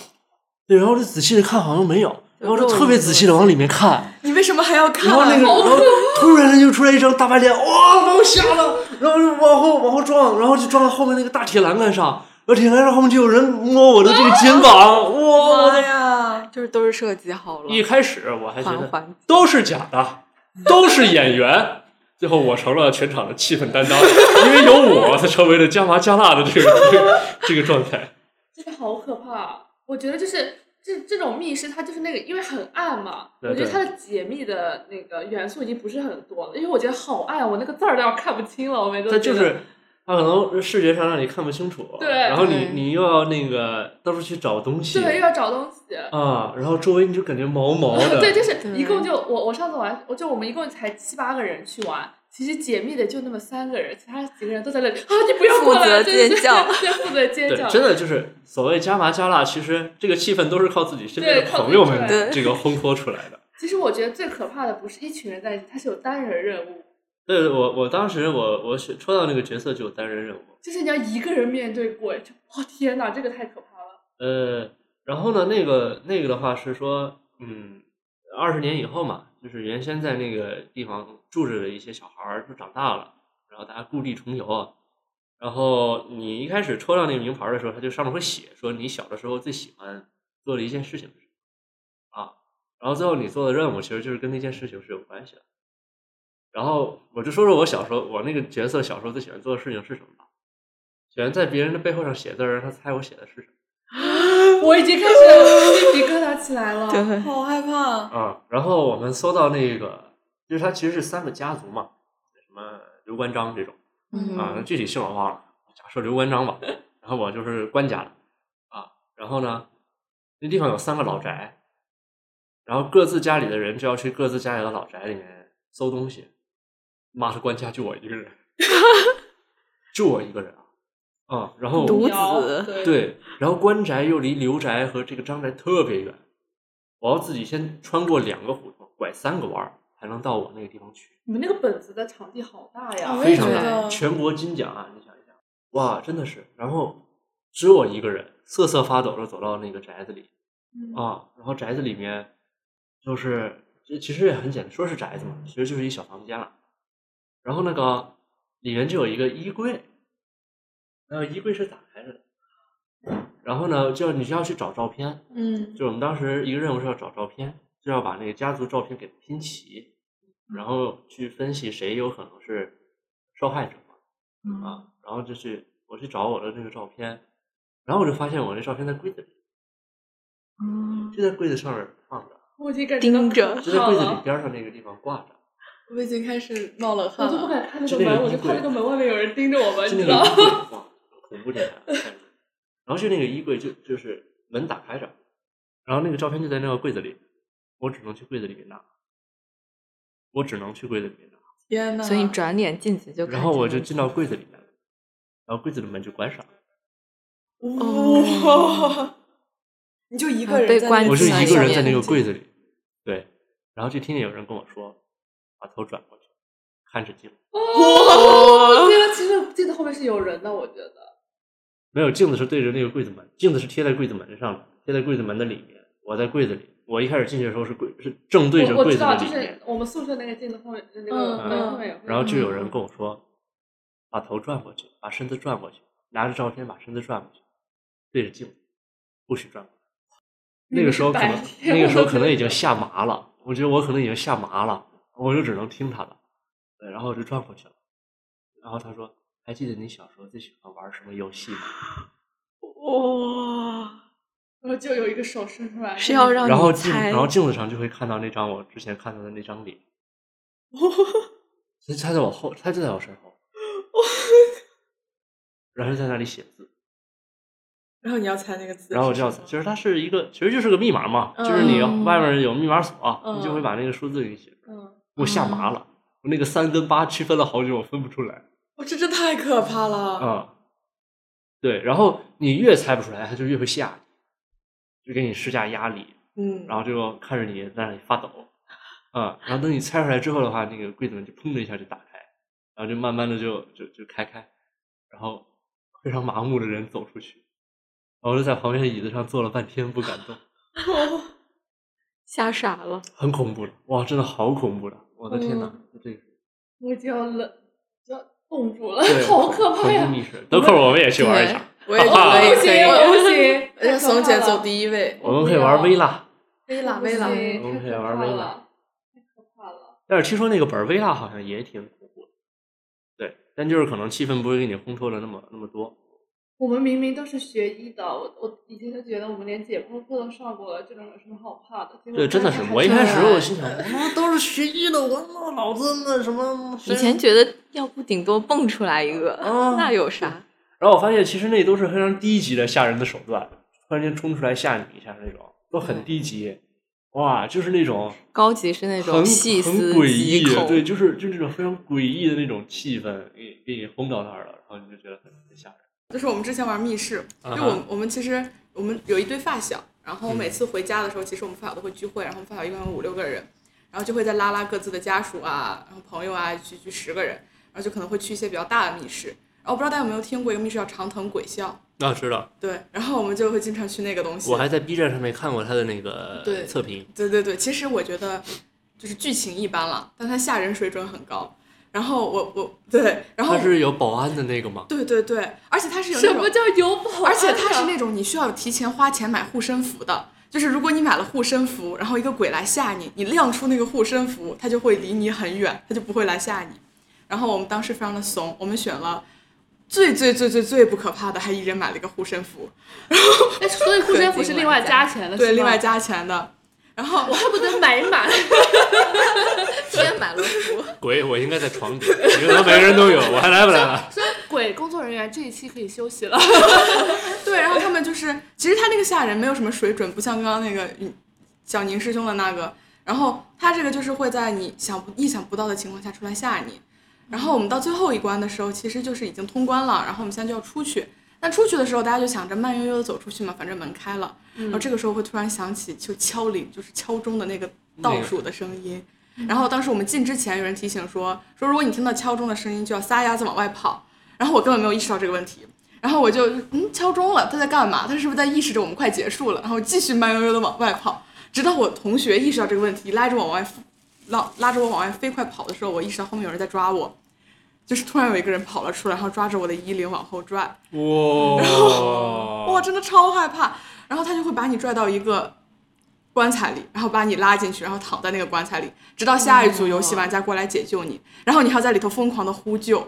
Speaker 1: 对，然后就仔细的看，好像没有，然后就特别仔细的往里面看，
Speaker 2: 你为什么还要看
Speaker 1: 然后那个，然
Speaker 5: 啊
Speaker 1: 后突然就出来一张大白脸，哇，把我吓了，然后就往后往后撞，然后就撞到后面那个大铁栏杆上，然后铁栏杆后面就有人摸我的这个肩膀，哇，我的
Speaker 2: 妈呀！
Speaker 3: 就是都是设计好了，
Speaker 1: 一开始我还觉
Speaker 3: 缓
Speaker 1: 得
Speaker 3: 缓
Speaker 1: 都是假的，都是演员。 最后我成了全场的气氛担当，因为有我才成为了加麻加辣的这个这个这个状态。
Speaker 4: 真的好可怕！我觉得就是这这种密室，它就是那个，因为很暗嘛，
Speaker 1: 对
Speaker 4: 我觉得
Speaker 1: 对
Speaker 4: 它的解密的那个元素已经不是很多了，因为我觉得好暗，我那个字儿都要看不清了，我每
Speaker 1: 它
Speaker 4: 次都
Speaker 1: 就
Speaker 4: 觉得
Speaker 1: 是它可能视觉上让你看不清楚，
Speaker 4: 对
Speaker 1: 然后你
Speaker 3: 对
Speaker 1: 你又要那个到处去找东西，
Speaker 4: 对，又要找东西。
Speaker 1: 啊，然后周围你就感觉毛毛的，
Speaker 4: 对，就是
Speaker 3: 对
Speaker 4: 一共就我我上次玩，我就我们一共才七八个人去玩，其实解密的就那么三个人，其他几个人都在那里啊，你不要过
Speaker 3: 负
Speaker 4: 来，
Speaker 3: 责
Speaker 4: 对对对
Speaker 3: 尖叫
Speaker 4: 对，负责尖
Speaker 1: 对
Speaker 4: 叫，
Speaker 1: 真的就是所谓加麻加辣，其实这个气氛都是靠自己身边
Speaker 4: 对
Speaker 1: 的
Speaker 4: 靠自己
Speaker 1: 朋友
Speaker 4: 出来
Speaker 1: 们
Speaker 3: 的
Speaker 1: 这个烘托出来的。
Speaker 4: 其实我觉得最可怕的不是一群人在一起，它是有单人任务，
Speaker 1: 对我我当时我我选抽到那个角色就有单人任务，
Speaker 4: 就是你要一个人面对鬼，就哦天哪，这个太可怕了。
Speaker 1: 呃，然后呢，那个那个的话是说，嗯，二十年以后嘛，就是原先在那个地方住着的一些小孩儿都长大了，然后大家故地重游啊。然后你一开始抽到那个名牌儿的时候，它就上面会写说你小的时候最喜欢做的一件事情是什么啊，然后最后你做的任务其实就是跟那件事情是有关系的。然后我就说说我小时候我那个角色小时候最喜欢做的事情是什么吧，喜欢在别人的背后上写字儿，让他猜我写的是什么。
Speaker 4: 我已经开始鸡皮疙瘩起来了。
Speaker 3: 对
Speaker 2: 好害怕！
Speaker 1: 啊，然后我们搜到那个，就是它其实是三个家族嘛，什么刘关张这种啊，
Speaker 3: 嗯
Speaker 1: 具体姓我忘了，假设刘关张吧。然后我就是关家的啊，然后呢，那地方有三个老宅，然后各自家里的人就要去各自家里的老宅里面搜东西。妈的，关家就我一个人，就我一个人啊，啊，然后
Speaker 3: 独
Speaker 4: 苗
Speaker 3: 子
Speaker 4: 对
Speaker 1: 对，然后官宅又离刘宅和这个张宅特别远，我要自己先穿过两个胡同，拐三个弯儿才能到我那个地方去，
Speaker 4: 你们那个本子的场地好大呀！
Speaker 3: 哦
Speaker 2: 我也
Speaker 1: 非
Speaker 2: 觉
Speaker 1: 常
Speaker 2: 得
Speaker 1: 大，全国金奖啊！你想一想，哇，真的是。然后只有我一个人瑟瑟发抖的走到那个宅子里
Speaker 4: 嗯
Speaker 1: 啊，然后宅子里面就是其其实也很简单，说是宅子嘛，其实就是一小房间了。然后那个里面就有一个衣柜，然后衣柜是打开着的。然后呢，就要你就要去找照片，
Speaker 2: 嗯，
Speaker 1: 就我们当时一个任务是要找照片，就要把那个家族照片给拼齐，然后去分析谁有可能是受害者嘛，
Speaker 4: 嗯
Speaker 1: 啊，然后就去我去找我的那个照片，然后我就发现我那照片在柜子里，就在柜子上面放着，
Speaker 4: 嗯我已经感觉
Speaker 3: 盯着
Speaker 1: 就在
Speaker 4: 好
Speaker 1: 柜子里
Speaker 4: 了，
Speaker 1: 边儿上那个地方挂着，
Speaker 5: 我已经开始冒冷汗
Speaker 4: 我
Speaker 5: 了，
Speaker 4: 都不敢看那
Speaker 1: 就
Speaker 4: 个
Speaker 1: 那个
Speaker 4: 门，我
Speaker 1: 衣
Speaker 4: 就
Speaker 1: 柜
Speaker 4: 怕那个门外面有人盯着我们，
Speaker 1: 就
Speaker 4: 你
Speaker 1: 那
Speaker 4: 知
Speaker 1: 个
Speaker 4: 道
Speaker 1: 衣
Speaker 4: 吗？
Speaker 1: 柜，哇，恐怖这样。看着然后就那个衣柜就就是门打开着，然后那个照片就在那个柜子里，我只能去柜子里面拿，我只能去柜子里面拿。
Speaker 5: 天呐，
Speaker 3: 所以你转脸进去就看见了。
Speaker 1: 然后我就进到柜子里面，然后柜子的门就关上了，
Speaker 3: 哦
Speaker 4: 哦
Speaker 5: 哇，你就一
Speaker 3: 啊
Speaker 5: 个人
Speaker 3: 被
Speaker 5: 在那
Speaker 3: 关
Speaker 5: 个
Speaker 1: 我
Speaker 3: 进
Speaker 1: 是
Speaker 3: 去
Speaker 5: 小
Speaker 1: 一个人
Speaker 5: 小
Speaker 1: 在那个
Speaker 5: 空间
Speaker 1: 柜子里，对。然后就听见有人跟我说，把头转过去，看着镜子，
Speaker 4: 我记得其实记得后面是有人的，我觉得
Speaker 1: 没有镜子是对着那个柜子门，镜子是贴在柜子门上的，贴在柜子门的里面。我在柜子里，我一开始进去的时候是柜是正对着
Speaker 4: 我我
Speaker 1: 柜
Speaker 4: 知
Speaker 1: 子
Speaker 4: 道，
Speaker 1: 的
Speaker 4: 就
Speaker 1: 里面，
Speaker 4: 是我们宿舍那个镜子后面那个
Speaker 5: 嗯
Speaker 4: 门
Speaker 5: 嗯
Speaker 4: 后面有个，
Speaker 1: 然后就有人跟我说，把头转过去，把身子转过去，拿着照片把身子转过去，对着镜子，不许转过去。那个时候可能
Speaker 4: 嗯白天
Speaker 1: 那个时候可能已经吓麻了，我觉得我可能已经吓麻了，我就只能听他的，对，然后我就转过去了。然后他说：“还记得你小时候最喜欢玩什么游戏吗
Speaker 3: 哇，
Speaker 4: 然后就有一个手伸出来，
Speaker 3: 是要让？”
Speaker 1: 然后
Speaker 3: 哦你
Speaker 1: 镜，
Speaker 3: 猜，
Speaker 1: 然后镜子上就会看到那张我之前看到的那张脸，其实他在我后，他就在我身后，然后就在那里写字。
Speaker 5: 然后你要猜那个字，
Speaker 1: 然后我就要，其实它是一个，其实就是个密码嘛，就是你
Speaker 3: 嗯
Speaker 1: 外面有密码锁，
Speaker 4: 嗯
Speaker 1: 你就会把那个数字给写。
Speaker 4: 嗯，
Speaker 1: 我吓麻了，我那个三跟八区分了好久，我分不出来
Speaker 5: 我这真太可怕了。
Speaker 1: 啊、对，然后你越猜不出来，他就越会吓你，就给你施加压力，
Speaker 5: 嗯，
Speaker 1: 然后就看着你在那里发抖，啊、然后等你猜出来之后的话，那个柜子门就砰的一下就打开，然后就慢慢的就就就开开，然后非常麻木的人走出去，然后我就在旁边的椅子上坐了半天不敢动。
Speaker 3: 吓傻了。
Speaker 1: 很恐怖的，哇，真的好恐怖的，我的天哪，就这个
Speaker 4: 我就要冷，就要冻住了
Speaker 1: 对，
Speaker 4: 好可怕
Speaker 1: 恐怖
Speaker 4: 呀！
Speaker 1: 密室，得空我们也去玩一下，
Speaker 5: 我也觉
Speaker 1: 啊
Speaker 5: 得
Speaker 4: 不
Speaker 5: 也可
Speaker 4: 行，
Speaker 5: 以，
Speaker 4: 我不行，
Speaker 5: 而且哎怂姐走第一位，
Speaker 1: 我们可以玩微辣，
Speaker 5: 微
Speaker 4: 太
Speaker 5: 辣
Speaker 4: 可怕了，
Speaker 5: 微辣
Speaker 4: 不，行
Speaker 1: 我们可以
Speaker 4: 太可
Speaker 1: 玩
Speaker 4: 怕
Speaker 1: 微
Speaker 4: 了
Speaker 1: 辣
Speaker 4: 太可怕了。
Speaker 1: 但是听说那个本儿微辣好像也挺恐怖的，对，但就是可能气氛不会给你烘托的那么那么多，
Speaker 4: 我们明明都是学医的，我我以前就觉得我们连解剖课都上过了，这种有什么好怕的？结果
Speaker 1: 对，真的
Speaker 4: 大
Speaker 1: 是
Speaker 4: 家还
Speaker 1: 我一
Speaker 4: 是
Speaker 1: 开始
Speaker 4: 来
Speaker 1: 我心想，我他妈都是学医的，我他妈老子那什么
Speaker 3: 以前觉得要不顶多蹦出来一个，
Speaker 1: 啊
Speaker 3: 那有啥？
Speaker 1: 然后我发现其实那都是非常低级的吓人的手段，突然间冲出来吓你一下那种，都很低级，哇，就是那种。
Speaker 3: 高级是那种
Speaker 1: 很
Speaker 3: 细
Speaker 1: 很
Speaker 3: 思
Speaker 1: 诡
Speaker 3: 极
Speaker 1: 异，
Speaker 3: 恐，
Speaker 1: 对，就是就是那种非常诡异的那种气氛，给给你轰到那儿了，然后你就觉得很很吓人。
Speaker 5: 就是我们之前玩密室，
Speaker 1: 啊哈
Speaker 5: 就我们我们其实我们有一堆发小，然后
Speaker 1: 嗯
Speaker 5: 每次回家的时候，其实我们发小都会聚会，然后我们发小一般有五六个人，然后就会再拉拉各自的家属啊，然后朋友啊，聚聚十个人，然后就可能会去一些比较大的密室。然后不知道大家有没有听过一个密室叫长藤鬼校，
Speaker 1: 那、啊知道，
Speaker 5: 对，然后我们就会经常去那个东西。
Speaker 1: 我还在 B 站上面看过他的那个
Speaker 5: 对
Speaker 1: 测评，
Speaker 5: 对对对，其实我觉得就是剧情一般了，但它吓人水准很高。然后我我对，然后
Speaker 1: 他是有保安的那个吗？
Speaker 5: 对对对，而且它是有那
Speaker 4: 什
Speaker 5: 种
Speaker 4: 么叫有保安啊？
Speaker 5: 而且它是那种你需要提前花钱买护身符的，就是如果你买了护身符，然后一个鬼来吓你，你亮出那个护身符，它就会离你很远，它就不会来吓你。然后我们当时非常的怂，我们选了最最最最最不可怕的，还一人买了一个护身符，
Speaker 4: 哎，所以护身符是另外加钱的，
Speaker 5: 对，
Speaker 4: 是吗
Speaker 5: 另外。加钱的。然后
Speaker 4: 我恨不得买满，
Speaker 3: 天满了福。
Speaker 1: 鬼，我应该在 床底，因为他每个人都有，我还来不来了？
Speaker 4: 所以鬼工作人员这一期可以休息 了。
Speaker 5: 对，然后他们就是，其实他那个吓人没有什么水准，不像刚刚那个嗯小宁师兄的那个。然后他这个就是会在你想不意想不到的情况下出来吓你。然后我们到最后一关的时候，其实就是已经通关了，然后我们现在就要出去。但出去的时候，大家就想着慢悠悠的走出去嘛，反正门开了。然后这个时候会突然响起就敲铃，就是敲钟的那个倒数的声音。然后当时我们进之前，有人提醒说说，如果你听到敲钟的声音，就要撒丫子往外跑。然后我根本没有意识到这个问题，然后我就嗯敲钟了，他在干嘛？他是不是在意识着我们快结束了？然后继续慢悠悠的往外跑，直到我同学意识到这个问题，拉着我往外飞拉拉着我往外飞快跑的时候，我意识到后面有人在抓我，就是突然有一个人跑了出来，然后抓着我的衣领往后拽，
Speaker 1: 哇
Speaker 5: 哇，真的超害怕。然后他就会把你拽到一个棺材里，然后把你拉进去，然后躺在那个棺材里，直到下一组游戏玩家过来解救你，然后你还要在里头疯狂的呼救，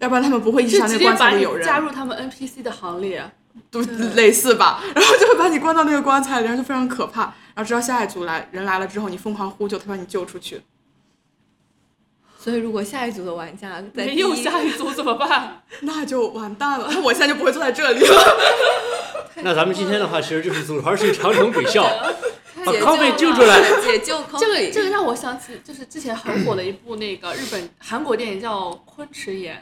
Speaker 5: 要不然他们不会意识
Speaker 4: 就
Speaker 5: 到那
Speaker 4: 直
Speaker 5: 个
Speaker 4: 接
Speaker 5: 棺
Speaker 4: 把
Speaker 5: 材里
Speaker 4: 你
Speaker 5: 有人。
Speaker 4: 加入他们 NPC 的行列，
Speaker 5: 都类似吧，然后就会把你关到那个棺材里，然后就非常可怕。然后直到下一组来人来了之后，你疯狂呼救，他把你救出去。
Speaker 3: 所以如果下一组的玩家在
Speaker 4: 没
Speaker 3: 第
Speaker 4: 有
Speaker 3: 一
Speaker 4: 下一组怎么 办？
Speaker 5: 那就完蛋了，那我现在就不会坐在这里了。
Speaker 1: 那咱们今天的话，其实就是组团去长城鬼校，把
Speaker 3: 解
Speaker 1: 康贝
Speaker 3: 救
Speaker 1: 啊救出来。
Speaker 3: 解救康
Speaker 4: 这
Speaker 3: 贝
Speaker 4: 个这个让我想起，就是之前很火的一部那个日本韩国电影叫《昆池岩》，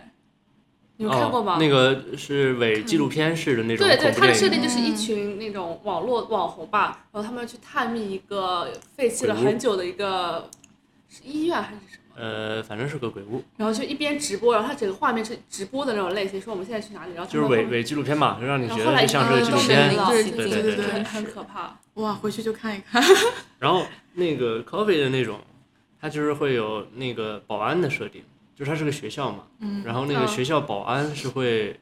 Speaker 4: 你们看过吗？
Speaker 1: 哦那个是伪纪录片式的那种
Speaker 4: 对对，
Speaker 1: 恐怖
Speaker 4: 它的
Speaker 1: 电
Speaker 4: 设
Speaker 1: 影。
Speaker 4: 定就是一群那种网络网红吧，然后他们去探秘一个废弃了
Speaker 1: 鬼屋
Speaker 4: 很久的一个是医院还是什么。
Speaker 1: 呃，反正是个鬼屋，
Speaker 4: 然后就一边直播，然后它整个画面是直播的那种类型，说我们现在去哪里，然后他
Speaker 1: 就是
Speaker 4: 们
Speaker 1: 伪
Speaker 4: 后面
Speaker 1: 伪纪录片嘛，就让你
Speaker 4: 嗯然
Speaker 1: 觉
Speaker 4: 后后
Speaker 1: 得
Speaker 4: 来
Speaker 1: 这像是个纪
Speaker 3: 就
Speaker 1: 录
Speaker 3: 是
Speaker 1: 片
Speaker 3: 没。了
Speaker 4: 对
Speaker 1: 对
Speaker 4: 对
Speaker 1: 对对
Speaker 4: 很
Speaker 5: 对
Speaker 4: 很可怕。
Speaker 5: 哇，回去就看一看。
Speaker 1: 然后那个 coffee 的那种，它就是会有那个保安的设定，就是它是个学校嘛，
Speaker 5: 嗯
Speaker 1: 然后那个
Speaker 4: 嗯
Speaker 1: 学校保安是会，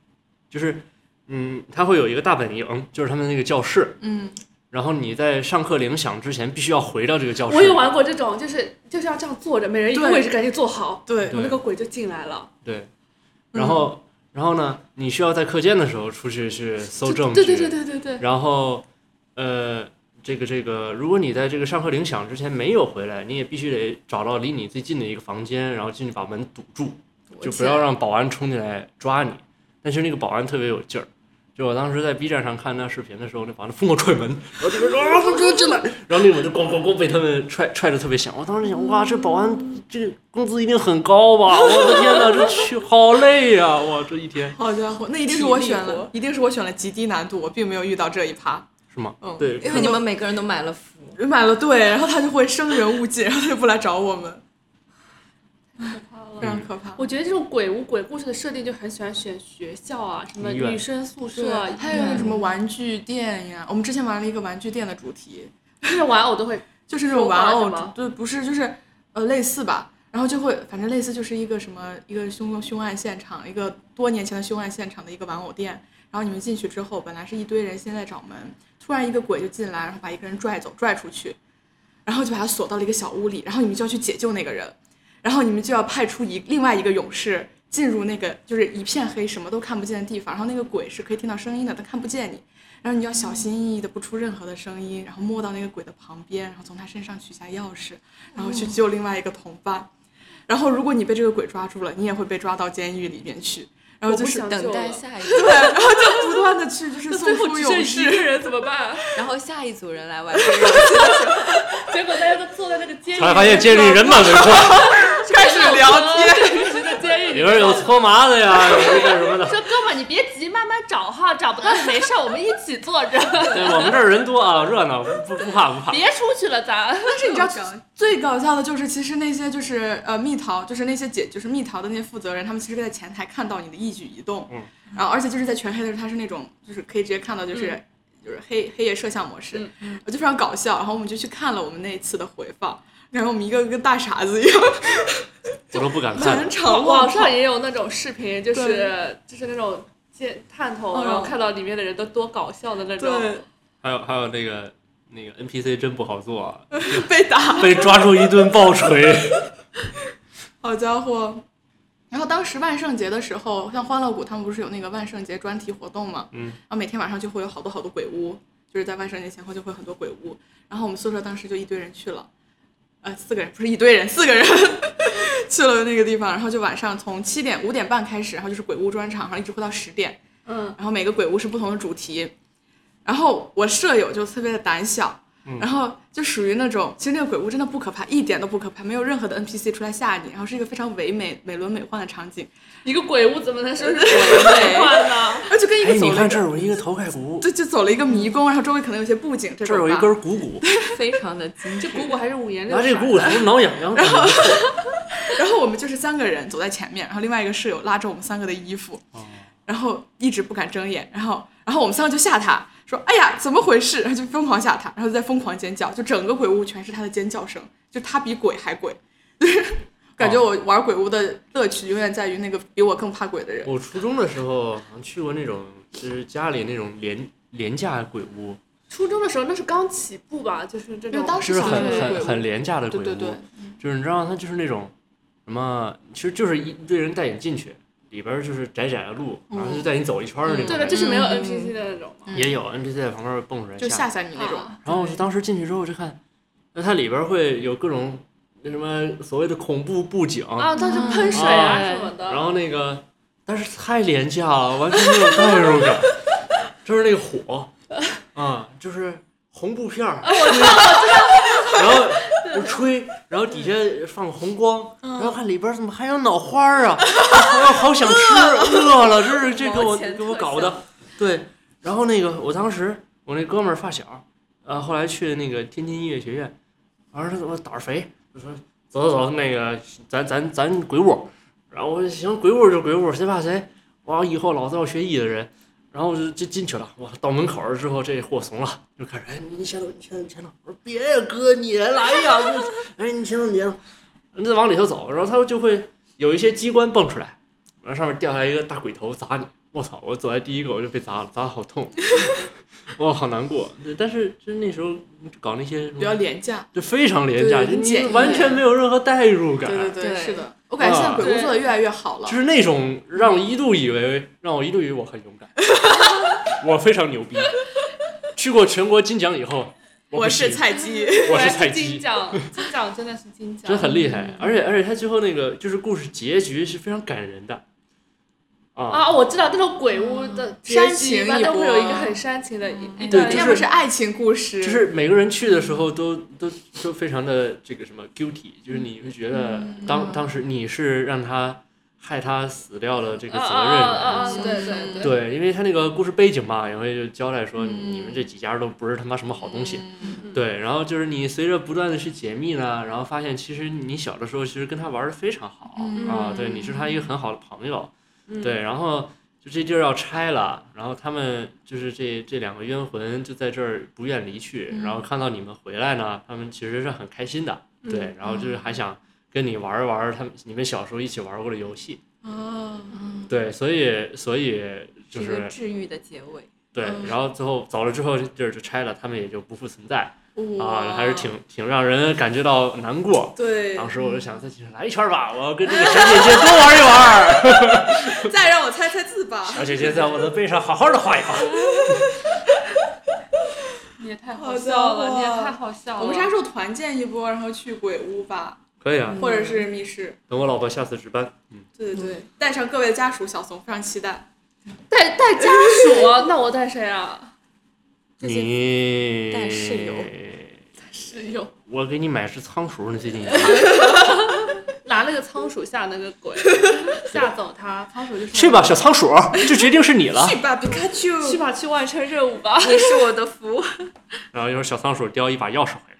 Speaker 1: 就是嗯，它会有一个大本营，就是他们那个教室，
Speaker 5: 嗯，
Speaker 1: 然后你在上课铃响之前必须要回到这个教室。
Speaker 4: 我有玩过这种，就是就是要这样坐着，每人一个
Speaker 5: 对
Speaker 4: 位置，赶紧坐好，
Speaker 5: 对
Speaker 4: 然后那个鬼就进来了。
Speaker 1: 对，然
Speaker 4: 嗯
Speaker 1: 后、然后呢，你需要在课间的时候出去去搜
Speaker 4: 就
Speaker 1: 证据，
Speaker 4: 对对对对对对，
Speaker 1: 然后，呃，这个这个，如果你在这个上课铃响之前没有回来，你也必须得找到离你最近的一个房间，然后进去把门堵住，就不要让保安冲进来抓你。但是那个保安特别有劲儿，就我当时在 B 站上看那视频的时候，那保安疯狂踹门，然后这边说啊不准进来，然后那我就咣咣咣被他们踹踹的特别响。我当时想，哇，这保安这个工资一定很高吧？我的天哪，这去好累呀、我啊这一天
Speaker 5: 好家伙，那一定是
Speaker 4: 体
Speaker 5: 我
Speaker 4: 力
Speaker 5: 选
Speaker 4: 活
Speaker 5: 了，一定是我选了极低难度，我并没有遇到这一趴。
Speaker 1: 是吗？
Speaker 5: 嗯
Speaker 1: 对，
Speaker 3: 因为你们每个人都买了符，
Speaker 5: 买了对，然后他就会生人勿近，然后他就不来找我们，
Speaker 4: 可怕
Speaker 5: 非
Speaker 4: 了。
Speaker 5: 常可怕。
Speaker 4: 我觉得这种鬼屋、鬼故事的设定就很喜欢选学校啊，什么
Speaker 1: 医院
Speaker 4: 女生宿舍啊
Speaker 5: 对，，还有那
Speaker 4: 医
Speaker 5: 个什
Speaker 4: 院
Speaker 5: 么玩具店呀，我们之前玩了一个玩具店的主题，
Speaker 4: 这种玩偶都会
Speaker 5: 就是那种玩
Speaker 4: 手把是
Speaker 5: 偶
Speaker 4: 吗，
Speaker 5: 对，不是就是呃类似吧，然后就会反正类似就是一个什么一个凶凶案现场，一个多年前的凶案现场的一个玩偶店，然后你们进去之后，本来是一堆人先在找门，突然一个鬼就进来，然后把一个人拽走，拽出去，然后就把他锁到了一个小屋里，然后你们就要去解救那个人，然后你们就要派出一另外一个勇士进入那个就是一片黑什么都看不见的地方，然后那个鬼是可以听到声音的，但看不见你，然后你要小心翼翼的不出任何的声音，然后摸到那个鬼的旁边，然后从他身上取下钥匙，然后去救另外一个同伴。然后，如果你被这个鬼抓住了，你也会被抓到监狱里面去。然后就
Speaker 4: 我不
Speaker 5: 是
Speaker 4: 想
Speaker 3: 等
Speaker 4: 救
Speaker 3: 待
Speaker 4: 了
Speaker 3: 下一
Speaker 5: 对，
Speaker 3: 组，
Speaker 5: 然后就不断的去就是送
Speaker 4: 最后
Speaker 5: 出
Speaker 4: 只剩
Speaker 5: 勇
Speaker 4: 一个
Speaker 5: 士，
Speaker 4: 人怎么办？啊
Speaker 3: 然后下一组人来玩。
Speaker 4: 结果大家都坐在那个监狱，
Speaker 1: 才发现监狱人满为患。
Speaker 5: 开始 聊天。
Speaker 4: 天，一直在监狱
Speaker 1: 里 边有搓麻的呀，有那个什么的。
Speaker 4: 说哥们儿，你别急，慢慢找哈，找不到也没事，我们一起坐 着，
Speaker 1: 对，我们这儿人多啊，热闹，不不怕不怕。
Speaker 4: 别出去了，咱。
Speaker 5: 但是你知道最搞笑的就是，其实那些就是呃蜜桃，就是那些解就是蜜桃的那些负责人，他们其实可以在前台看到你的一举一动，
Speaker 1: 嗯，
Speaker 5: 然后而且就是在全黑的时候，他是那种就是可以直接看到就是。就是黑黑夜摄像模式
Speaker 4: 嗯，
Speaker 5: 我就非常搞笑。然后我们就去看了我们那一次的回放，感觉我们一个个跟大傻子一样，
Speaker 1: 我都不敢看
Speaker 5: 满。场
Speaker 4: 嗯网
Speaker 5: 乱
Speaker 4: 上
Speaker 5: 跑。
Speaker 4: 也有那种视频，就是就是那种见探头，
Speaker 5: 嗯
Speaker 4: 然后看到里面的人都多搞笑的那种。
Speaker 5: 对，
Speaker 1: 还有还有那个那个 NPC 真不好做啊，
Speaker 5: 被 打。
Speaker 1: 被抓住一顿暴锤。
Speaker 5: 好家伙！然后当时万圣节的时候，像欢乐谷他们不是有那个万圣节专题活动嘛？
Speaker 1: 嗯，
Speaker 5: 然后每天晚上就会有好多好多鬼屋，就是在万圣节前后就会很多鬼屋。然后我们宿舍当时就一堆人去了，呃，四个人不是一堆人，四个人 去了那个地方。然后就晚上从七点五点半开始，然后就是鬼屋专场，然后一直会到十点。
Speaker 4: 嗯，
Speaker 5: 然后每个鬼屋是不同的主题。然后我舍友就特别的胆小，
Speaker 1: 嗯
Speaker 5: 然后就属于那种，其实那个鬼屋真的不可怕，一点都不可怕，没有任何的 NPC 出来吓你，然后是一个非常唯美、美轮美奂的场景，
Speaker 4: 一个鬼屋怎么能说是鬼幻呢？
Speaker 5: 而且跟一
Speaker 1: 哎，
Speaker 5: 个
Speaker 1: 你
Speaker 5: 走了
Speaker 1: 看
Speaker 5: 一
Speaker 1: 这
Speaker 5: 个，
Speaker 1: 儿有一个头盖骨，
Speaker 5: 对，就走了一个迷宫，然后周围可能有些布景，这
Speaker 1: 这儿
Speaker 5: 种
Speaker 1: 有一
Speaker 5: 吧
Speaker 1: 根股骨，
Speaker 3: 非常的精
Speaker 4: 这
Speaker 3: 致。
Speaker 4: 姑姑还是五颜六
Speaker 1: 拿这
Speaker 4: 色
Speaker 1: 股。骨头挠痒痒。
Speaker 5: 然后我们就是三个人走在前面，然后另外一个室友拉着我们三个的衣服，
Speaker 1: 哦
Speaker 5: 然后一直不敢睁眼，然后然后我们三个就吓他，说哎呀怎么回事，然后就疯狂吓他，然后再疯狂尖叫，就整个鬼屋全是他的尖叫声，就他比鬼还鬼， 感觉
Speaker 1: 哦
Speaker 5: 我玩鬼屋的乐趣永远在于那个比我更怕鬼的人。
Speaker 1: 我初中的时候好像去过那种，就是家里那种廉廉价鬼屋，
Speaker 4: 初中的时候那是刚起步吧，就是这
Speaker 5: 因为
Speaker 4: 种。
Speaker 5: 当
Speaker 1: 就
Speaker 5: 时
Speaker 1: 哦是
Speaker 5: 想
Speaker 1: 很
Speaker 5: 的是鬼
Speaker 1: 很
Speaker 5: 屋，
Speaker 1: 很廉价的鬼
Speaker 5: 对
Speaker 1: 屋。
Speaker 5: 对对，
Speaker 1: 就是你知道它就是那种什么，其实就是一堆人带你进去，里边儿就是窄窄的路，然后就带你走一圈儿嗯的那种
Speaker 4: 对
Speaker 1: 感
Speaker 4: 了，
Speaker 1: 觉。
Speaker 4: 就是没有
Speaker 5: 嗯
Speaker 4: NPC 的那种嘛。
Speaker 1: 也有 NPC 在旁边蹦出来
Speaker 5: 就吓
Speaker 1: 嗯
Speaker 5: 吓你那
Speaker 4: 嗯
Speaker 5: 种。
Speaker 1: 然后我就当时进去之后就看，那它里边会有各种那什么所谓的恐怖布景，
Speaker 4: 啊，但
Speaker 5: 嗯
Speaker 4: 是喷水啊
Speaker 1: 嗯啊
Speaker 4: 什么的，
Speaker 1: 然后那个，但是太廉价了，完全没有代入感，就是那个火，啊，就是红布片儿，然后我吹，然后底下放红光，
Speaker 3: 嗯
Speaker 1: 然后看里边怎么还有脑花儿啊， 我好想吃，饿了，这是这给 我
Speaker 3: 毛钱
Speaker 1: 给我
Speaker 3: 特
Speaker 1: 搞的，对，然后那个我当时我那哥们儿发小，呃，后来去那个天津音乐学院，完了他怎么胆儿肥，就说走走走，那个咱咱咱鬼屋，然后我说行，鬼屋就鬼屋，谁怕谁，我以后老子要学艺的人。然后我就就进去了，哇！到门口了之后，这货怂了，就开始哎，你先走，你先走，你先走。我说别呀，哥，你来呀！就哎，你先 走，你先走。你再往里头走，然后他就会有一些机关蹦出来，然后上面掉下来一个大鬼头砸你。我操！我走在第一个我就被砸了，砸的好痛， 哇，好难过。对但是就是那时候搞那些什么
Speaker 5: 比较廉价，
Speaker 1: 就非常廉价，
Speaker 5: 对
Speaker 1: 就
Speaker 5: 很简
Speaker 1: 你
Speaker 5: 易
Speaker 1: 完全没有任何代入感，
Speaker 5: 对对对，
Speaker 3: 对
Speaker 5: 是的，我感觉
Speaker 1: 嗯
Speaker 5: 现在鬼屋做的越来越好了
Speaker 1: 就。是那种让我一度以为让我一度以为我很勇敢， 我非常牛逼。去过全国金奖以后，
Speaker 5: 我
Speaker 1: 不
Speaker 5: 是
Speaker 1: 行
Speaker 5: 菜鸡，
Speaker 1: 我是菜
Speaker 4: 金
Speaker 1: 鸡，
Speaker 4: 奖，金奖真的是金奖，
Speaker 1: 真很厉害。而且而且他最后那个就是故事结局是非常感人的，啊，
Speaker 4: 啊！我知道那种鬼屋
Speaker 1: 嗯
Speaker 4: 的
Speaker 5: 煽
Speaker 4: 结局
Speaker 5: 情
Speaker 4: 一般
Speaker 5: 一
Speaker 4: 都会
Speaker 5: 波
Speaker 4: 有一个很煽情的一一
Speaker 1: 对
Speaker 4: 段
Speaker 1: 就是
Speaker 5: 要么是爱情故事，
Speaker 1: 就是每个人去的时候都都都非常的这个什么 guilty，就是你会觉得当当时你是让他害他死掉了这个
Speaker 4: 啊
Speaker 1: 责
Speaker 4: 啊
Speaker 1: 任
Speaker 4: 啊
Speaker 1: 人
Speaker 4: 啊！啊对对对，
Speaker 1: 对，因为他那个故事背景嘛，也会就交代说，
Speaker 5: 嗯
Speaker 1: 你们这几家都不是他妈什么好东西。
Speaker 5: 嗯
Speaker 1: 对，然后就是你随着不断的去解密呢，然后发现其实你小的时候其实跟他玩的非常好、
Speaker 5: 嗯
Speaker 1: 啊，对，你是他一个很好的朋友。
Speaker 4: 嗯
Speaker 1: 对，然后就这地儿要拆了，然后他们就是这这两个冤魂就在这儿不愿离去，
Speaker 5: 嗯
Speaker 1: 然后看到你们回来呢，他们其实是很开心的。
Speaker 4: 嗯
Speaker 1: 对，然后就是还想跟你玩一玩他们你们小时候一起玩过的游戏。
Speaker 5: 啊，
Speaker 1: 对，所以所以就是
Speaker 3: 一个治愈的结尾。
Speaker 1: 对，
Speaker 5: 嗯
Speaker 1: 然后最后走了之后，这地儿就拆了，他们也就不复存在
Speaker 4: 嗯
Speaker 1: 啊，
Speaker 5: 哇
Speaker 1: 还是挺挺让人感觉到难过。
Speaker 5: 对，嗯
Speaker 1: 当时我就想再进去来一圈吧，我要跟这个小姐姐多玩一玩。
Speaker 5: 再让我猜猜字吧。
Speaker 1: 小姐姐在我的背上好好的画一 画。
Speaker 4: 你也太好笑了，你也太好笑了。
Speaker 5: 我们啥时候团建一波，然后去鬼屋吧，
Speaker 1: 可以啊，
Speaker 5: 或者是密室？
Speaker 1: 等我老婆下次值 班。嗯，
Speaker 5: 对对对，带上各位的家属，小怂非常期待。
Speaker 4: 带带家属？那我带谁啊？
Speaker 1: 你
Speaker 3: 带室友
Speaker 4: 室友
Speaker 1: 我给你买只仓鼠，你最 近
Speaker 4: 拿那个仓鼠吓那个鬼，吓走他，仓鼠就说
Speaker 1: 去吧，小仓鼠，这决定是你了。
Speaker 5: 去吧，皮卡丘！
Speaker 4: 去吧，去完成任务吧。
Speaker 3: 你是我的福。
Speaker 1: 然后一会儿小仓鼠叼一把钥匙回来。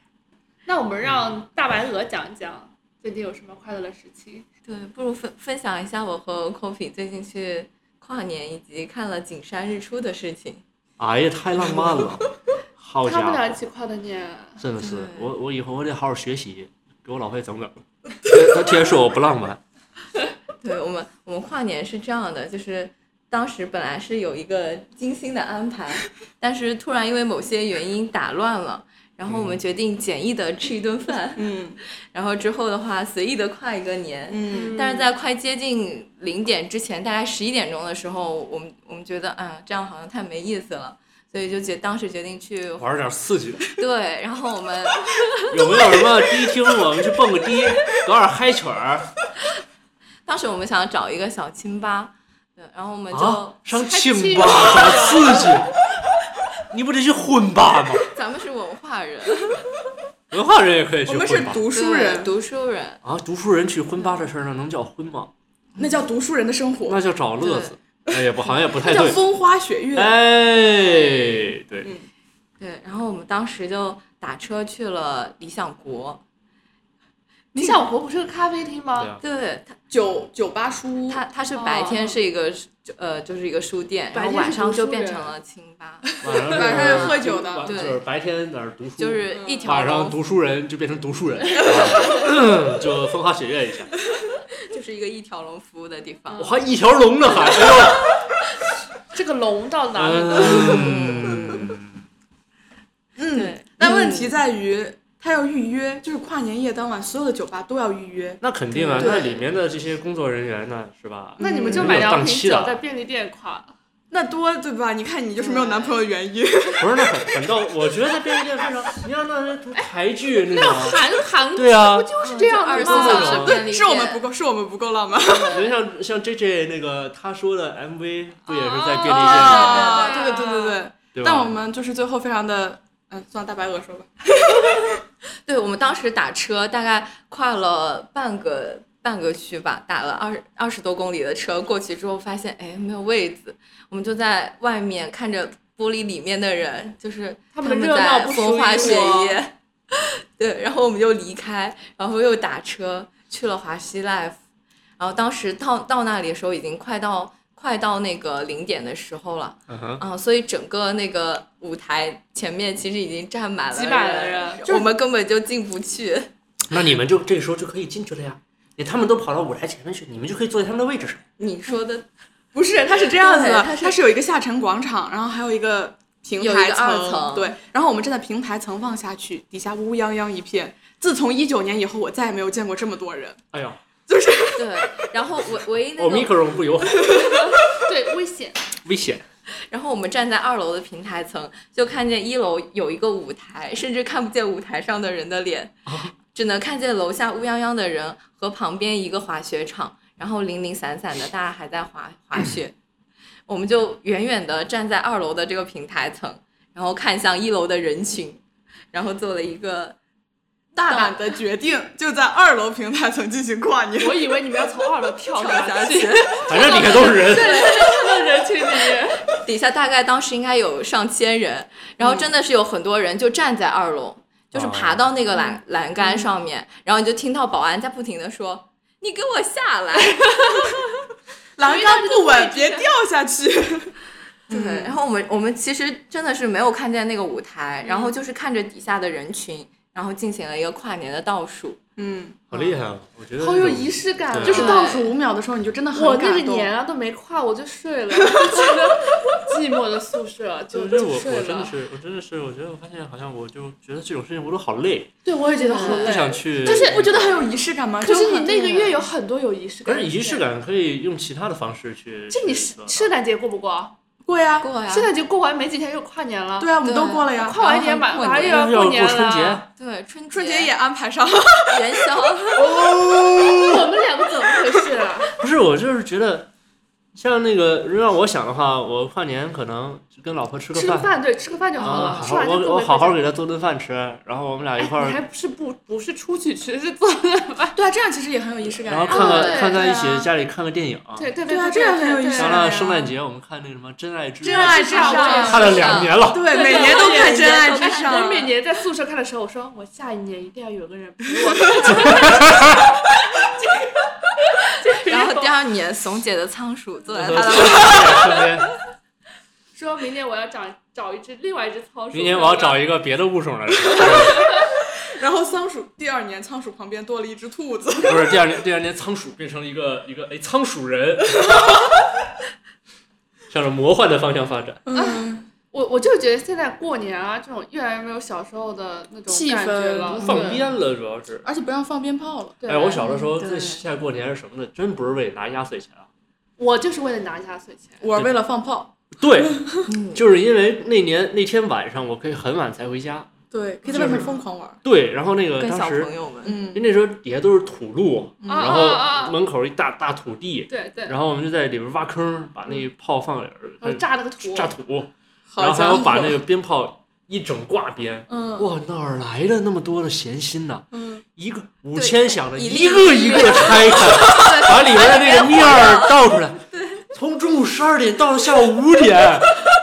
Speaker 4: 那我们让大白鹅讲一讲最近有什么快乐的事情。
Speaker 3: 对，不如分分享一下我和 Kofi 最近去跨年以及看了景山日出的事情。
Speaker 1: 哎呀，太浪漫 了，好
Speaker 4: 他
Speaker 1: 家
Speaker 4: 们
Speaker 1: 伙
Speaker 4: 俩！一起跨的年，
Speaker 1: 真的是
Speaker 3: 对，
Speaker 1: 我我以后我得好好学习，给我老婆整 整。她她天天说我不浪漫，
Speaker 3: 对我们，我们跨年是这样的，就是当时本来是有一个精心的安排，但是突然因为某些原因打乱了，然后我
Speaker 1: 嗯
Speaker 3: 们决定简易的吃一顿饭，
Speaker 5: 嗯
Speaker 3: 然后之后的话随意的跨一个年。
Speaker 5: 嗯，
Speaker 3: 但是在快接近零点之前，大概十一点钟的时候，我们我们觉得啊，这样好像太没意思了，所以就决当时决定去
Speaker 1: 玩点刺激的。
Speaker 3: 对，然后我们
Speaker 1: 有没有什么迪厅？我们去蹦个迪，搞点嗨曲儿
Speaker 3: 当时我们想找一个小清吧，对，然后我们就、
Speaker 1: 啊？
Speaker 4: 哦
Speaker 1: 上
Speaker 4: 亲
Speaker 1: 清吧，
Speaker 4: 吧
Speaker 1: 搞刺激。你不得去混吧吗？
Speaker 3: 咱们是文化人，
Speaker 1: 文化人也可以去
Speaker 5: 我们是
Speaker 1: 混吧。
Speaker 5: 读
Speaker 3: 读
Speaker 5: 书人，
Speaker 3: 读书人，
Speaker 1: 啊，读书人去婚吧这事儿呢，能叫婚吗？
Speaker 5: 那叫读书人的生活，
Speaker 1: 那叫找乐子。哎呀，不，好像也不
Speaker 5: 那
Speaker 1: 太
Speaker 5: 叫
Speaker 1: 对。
Speaker 5: 风花雪月。
Speaker 1: 哎，对，
Speaker 3: 对，然后我们当时就打车去了理想国，
Speaker 4: 李小活不是个咖啡厅
Speaker 1: 对
Speaker 4: 吗？
Speaker 1: 啊，
Speaker 3: 对，它
Speaker 5: 酒酒吧书屋，
Speaker 3: 它它是白天
Speaker 4: 哦
Speaker 3: 是一个、就呃就是一个书店，然
Speaker 4: 白
Speaker 3: 后
Speaker 4: 天
Speaker 3: 晚
Speaker 4: 是
Speaker 3: 上
Speaker 4: 读
Speaker 3: 就
Speaker 4: 书
Speaker 3: 变
Speaker 4: 人
Speaker 3: 成了清吧，
Speaker 1: 晚上
Speaker 5: 晚上
Speaker 1: 是
Speaker 5: 喝酒的
Speaker 1: 晚就
Speaker 3: 对
Speaker 1: 是白天在那儿读书，
Speaker 3: 就是
Speaker 4: 嗯
Speaker 3: 一条
Speaker 1: 晚上
Speaker 3: 龙
Speaker 1: 读书人就变成读书人，啊就风花雪月一下，
Speaker 3: 就是一个一条龙服务的地方
Speaker 1: 我。还一条龙呢，还哎
Speaker 4: 这个龙到
Speaker 1: 嗯
Speaker 4: 哪里
Speaker 1: 呦，
Speaker 4: 呢？
Speaker 1: 嗯，
Speaker 5: 嗯
Speaker 3: 对，
Speaker 5: 但问题在于，他要预约，就是跨年夜当晚所有的酒吧都要预约。
Speaker 1: 那肯定啊，
Speaker 5: 对
Speaker 1: 那里面的这些工作人员呢，是吧？
Speaker 4: 那你们就
Speaker 1: 嗯
Speaker 4: 买
Speaker 1: 有
Speaker 4: 两
Speaker 1: 档
Speaker 4: 瓶
Speaker 1: 期
Speaker 4: 酒
Speaker 1: 的
Speaker 4: 在便利店垮了。
Speaker 5: 那多对吧？你看你就是没有男朋友的原因。
Speaker 1: 不是，那很很逗。我觉得在便利店非常，你像那什么台剧那
Speaker 4: 那
Speaker 1: 种，
Speaker 4: 韩韩
Speaker 1: 对啊，
Speaker 4: 就是这样
Speaker 3: 二
Speaker 4: 的
Speaker 3: 十四小
Speaker 4: 吗？
Speaker 3: 时便利
Speaker 5: 对，是我们
Speaker 3: 店
Speaker 5: 不够，是我们不够浪漫。
Speaker 1: 我觉得像像 J J 那个他说的 MV 不也是在便利店吗？
Speaker 5: 啊，
Speaker 4: 对
Speaker 5: 对
Speaker 4: 对
Speaker 5: 对
Speaker 4: 对
Speaker 5: 对对对。
Speaker 1: 对
Speaker 5: 但我
Speaker 1: 吧？
Speaker 5: 们就是最后非常的，嗯，算大白鹅说吧。
Speaker 3: 对我们当时打车，大概跨了半个半个区吧，打了二二十多公里的车过去之后，发现哎没有位子，我们就在外面看着玻璃里面的人，就是
Speaker 4: 他
Speaker 3: 们
Speaker 4: 们热闹
Speaker 3: 在
Speaker 4: 不属
Speaker 3: 风
Speaker 4: 于
Speaker 3: 花雪
Speaker 4: 我
Speaker 3: 月， 对，然后我们就离开，然后又打车去了华西 life，然后当时到到那里的时候已经快到快到那个零点的时候了，
Speaker 1: 嗯哼，
Speaker 3: 啊，所以整个那个舞台前面其实已经站满了
Speaker 4: 挤满了
Speaker 3: 人
Speaker 4: 人，
Speaker 3: 我们根本就进不去。
Speaker 1: 那你们就这个时候就可以进去了呀。你他们都跑到舞台前面去，你们就可以坐在他们的位置上。
Speaker 3: 你 说的
Speaker 5: 不是，它是这样子的，
Speaker 3: 对它是
Speaker 5: 有一个下沉广场，然后还有一个平
Speaker 3: 有一
Speaker 5: 台
Speaker 3: 个二层
Speaker 5: 对，然后我们站在平台层望下去，底下乌泱泱一片。自从一九年以后，我再也没有见过这么多人。
Speaker 1: 哎呀，
Speaker 3: 对，然后唯唯一那
Speaker 1: 我
Speaker 3: 个，
Speaker 1: micro 不友好，
Speaker 4: 对危险，
Speaker 1: 危险。
Speaker 3: 然后我们站在二楼的平台层，就看见一楼有一个舞台，甚至看不见舞台上的人的脸，只能看见楼下乌泱泱的人和旁边一个滑雪场，然后零零散散的，大家还在滑滑雪。我们就远远的站在二楼的这个平台层，然后看向一楼的人群，然后做了一个
Speaker 5: 大胆的决定，就在二楼平台层进行跨年。
Speaker 4: 我以为你们要从二楼跳
Speaker 3: 跳
Speaker 4: 下
Speaker 3: 下
Speaker 4: 去，
Speaker 3: 去。
Speaker 1: 反正底下都是人，
Speaker 4: 到人群里面。
Speaker 3: 底下大概当时应该有上千人，然后真的是有很多人就站在二楼，就是爬到那个栏栏杆上面，然后你就听到保安在不停的说：“你给我下来
Speaker 5: 栏杆不稳，别掉下去。！”
Speaker 3: 对，然后我们我们其实真的是没有看见那个舞台，然后就是看着底下的人群，然后进行了一个跨年的倒数。
Speaker 5: 嗯，
Speaker 1: 好厉害啊！我觉得
Speaker 4: 好有仪式感啊，
Speaker 1: 对
Speaker 5: 就是倒数五秒的时候，你就真的很
Speaker 4: 我那
Speaker 5: 感
Speaker 4: 个
Speaker 5: 动。
Speaker 4: 年啊都没跨， 我就睡了，就觉得寂寞的宿舍
Speaker 1: 就
Speaker 4: 就是就
Speaker 1: 我，
Speaker 4: 睡
Speaker 1: 我真的
Speaker 4: 了。
Speaker 1: 是，我真的是，我觉得我发现好像我就觉得这种事情我都好累，
Speaker 4: 对，我也觉得
Speaker 3: 好
Speaker 4: 好
Speaker 1: 不想
Speaker 4: 累。
Speaker 1: 去。
Speaker 4: 就是
Speaker 5: 不觉得很有仪式感吗？
Speaker 4: 可是
Speaker 5: 就
Speaker 4: 你
Speaker 5: 很
Speaker 4: 那个月有很多有仪式
Speaker 1: 而
Speaker 4: 感，
Speaker 1: 且仪式。感可以用其他的方式去。
Speaker 4: 这你
Speaker 1: 去
Speaker 4: 圣
Speaker 1: 做到
Speaker 4: 圣诞节过不过？
Speaker 5: 过呀，
Speaker 3: 过呀
Speaker 4: 圣，诞节过完没几天又跨年了，
Speaker 5: 啊对啊，我们
Speaker 3: 啊对
Speaker 5: 都过了呀。
Speaker 4: 跨完年马
Speaker 3: 然后
Speaker 4: 马上又
Speaker 1: 要
Speaker 4: 过年
Speaker 1: 春节
Speaker 4: 了。，
Speaker 3: 对，春
Speaker 5: 春节
Speaker 3: 节
Speaker 5: 也安排上了，
Speaker 3: 元宵，
Speaker 4: 我们两个怎么回事啊？
Speaker 1: 不是，我就是觉得，像那个如果让我想的话，我跨年可能就跟老婆吃个
Speaker 4: 吃个饭，对，吃个饭就好
Speaker 1: 啊，
Speaker 4: 了，吃
Speaker 1: 好
Speaker 4: 完就
Speaker 1: 我
Speaker 4: 坐
Speaker 1: 我
Speaker 4: 回
Speaker 1: 好好
Speaker 4: 家
Speaker 1: 给她做顿饭吃，然后我们俩一块
Speaker 4: 哎你
Speaker 1: 儿，
Speaker 4: 还不是不不是出去吃，是坐
Speaker 5: 对啊，这样其实也很有仪式感
Speaker 1: 然
Speaker 5: 呀。
Speaker 1: 后看
Speaker 4: 啊
Speaker 1: 看
Speaker 4: 对
Speaker 1: 看看一
Speaker 5: 对啊
Speaker 1: 起家里看个电影。
Speaker 4: 对对
Speaker 5: 对啊
Speaker 4: 对
Speaker 5: 这样很有
Speaker 4: 对
Speaker 5: 仪式
Speaker 1: 完
Speaker 5: 感
Speaker 1: 了，
Speaker 5: 呀
Speaker 1: 圣诞节我们看那个什么《真爱至
Speaker 5: 真爱至
Speaker 4: 上
Speaker 5: 上，
Speaker 1: 看了两年了，
Speaker 5: 对，每年都看《真爱至上
Speaker 4: 我》每。年在宿舍看的时候，我说我下一年一定要有个人陪 我看。
Speaker 3: 然后第二年怂姐的仓鼠坐在
Speaker 1: 和
Speaker 3: 她
Speaker 1: 自
Speaker 3: 的
Speaker 1: 己在身边。
Speaker 4: 说明年我要找找一只另外一只仓鼠。
Speaker 1: 明年我要找一个别的物种的人，
Speaker 5: 然后仓鼠第二年，仓鼠旁边多了一只兔子。
Speaker 1: 不是第二年，第二年仓鼠变成了一个一个哎仓鼠人，向着魔幻的方向发展。
Speaker 5: 嗯，
Speaker 4: 我我就觉得现在过年啊，这种越来越没有小时候的那种
Speaker 5: 气
Speaker 4: 感觉
Speaker 5: 氛
Speaker 4: 了。
Speaker 5: 嗯
Speaker 1: 放
Speaker 4: 对
Speaker 1: 鞭了，主要是。
Speaker 5: 而且不让放鞭炮了。
Speaker 4: 对，
Speaker 1: 哎，我小的时候
Speaker 3: 对
Speaker 1: 最羡慕过年是什么呢？真不是为了拿压岁钱啊，
Speaker 4: 我就是为了拿压岁钱。
Speaker 5: 我是为了放炮，
Speaker 1: 对，
Speaker 3: 嗯
Speaker 1: 就是因为那年那天晚上我可以很晚才回家，
Speaker 5: 对，可以在外面疯狂玩。
Speaker 1: 对，然后那个
Speaker 3: 跟
Speaker 1: 呃当
Speaker 3: 小
Speaker 1: 时
Speaker 3: 朋友们，
Speaker 5: 嗯
Speaker 1: 因为，那时候底下都是土路，
Speaker 5: 嗯
Speaker 4: 啊
Speaker 1: 然
Speaker 4: 啊啊
Speaker 1: 后
Speaker 4: 啊！
Speaker 1: 门口一大大土地，
Speaker 4: 对对，然
Speaker 1: 然后我们就在里边挖坑，把那
Speaker 5: 嗯
Speaker 1: 炮放里边
Speaker 4: 后炸了个土，
Speaker 1: 炸土，然
Speaker 5: 哦好
Speaker 1: 后还
Speaker 5: 家
Speaker 1: 有
Speaker 5: 伙，
Speaker 1: 把那个鞭炮一整挂鞭。
Speaker 5: 嗯
Speaker 1: 哇，哪儿来的那么多的闲心呐？
Speaker 5: 嗯，
Speaker 1: 一个五千响的，
Speaker 3: 一
Speaker 1: 一
Speaker 3: 粒
Speaker 1: 个
Speaker 3: 一
Speaker 1: 一
Speaker 3: 粒
Speaker 1: 个拆 开，把里面的那个面儿倒出来。 从中午十二点到下午五点，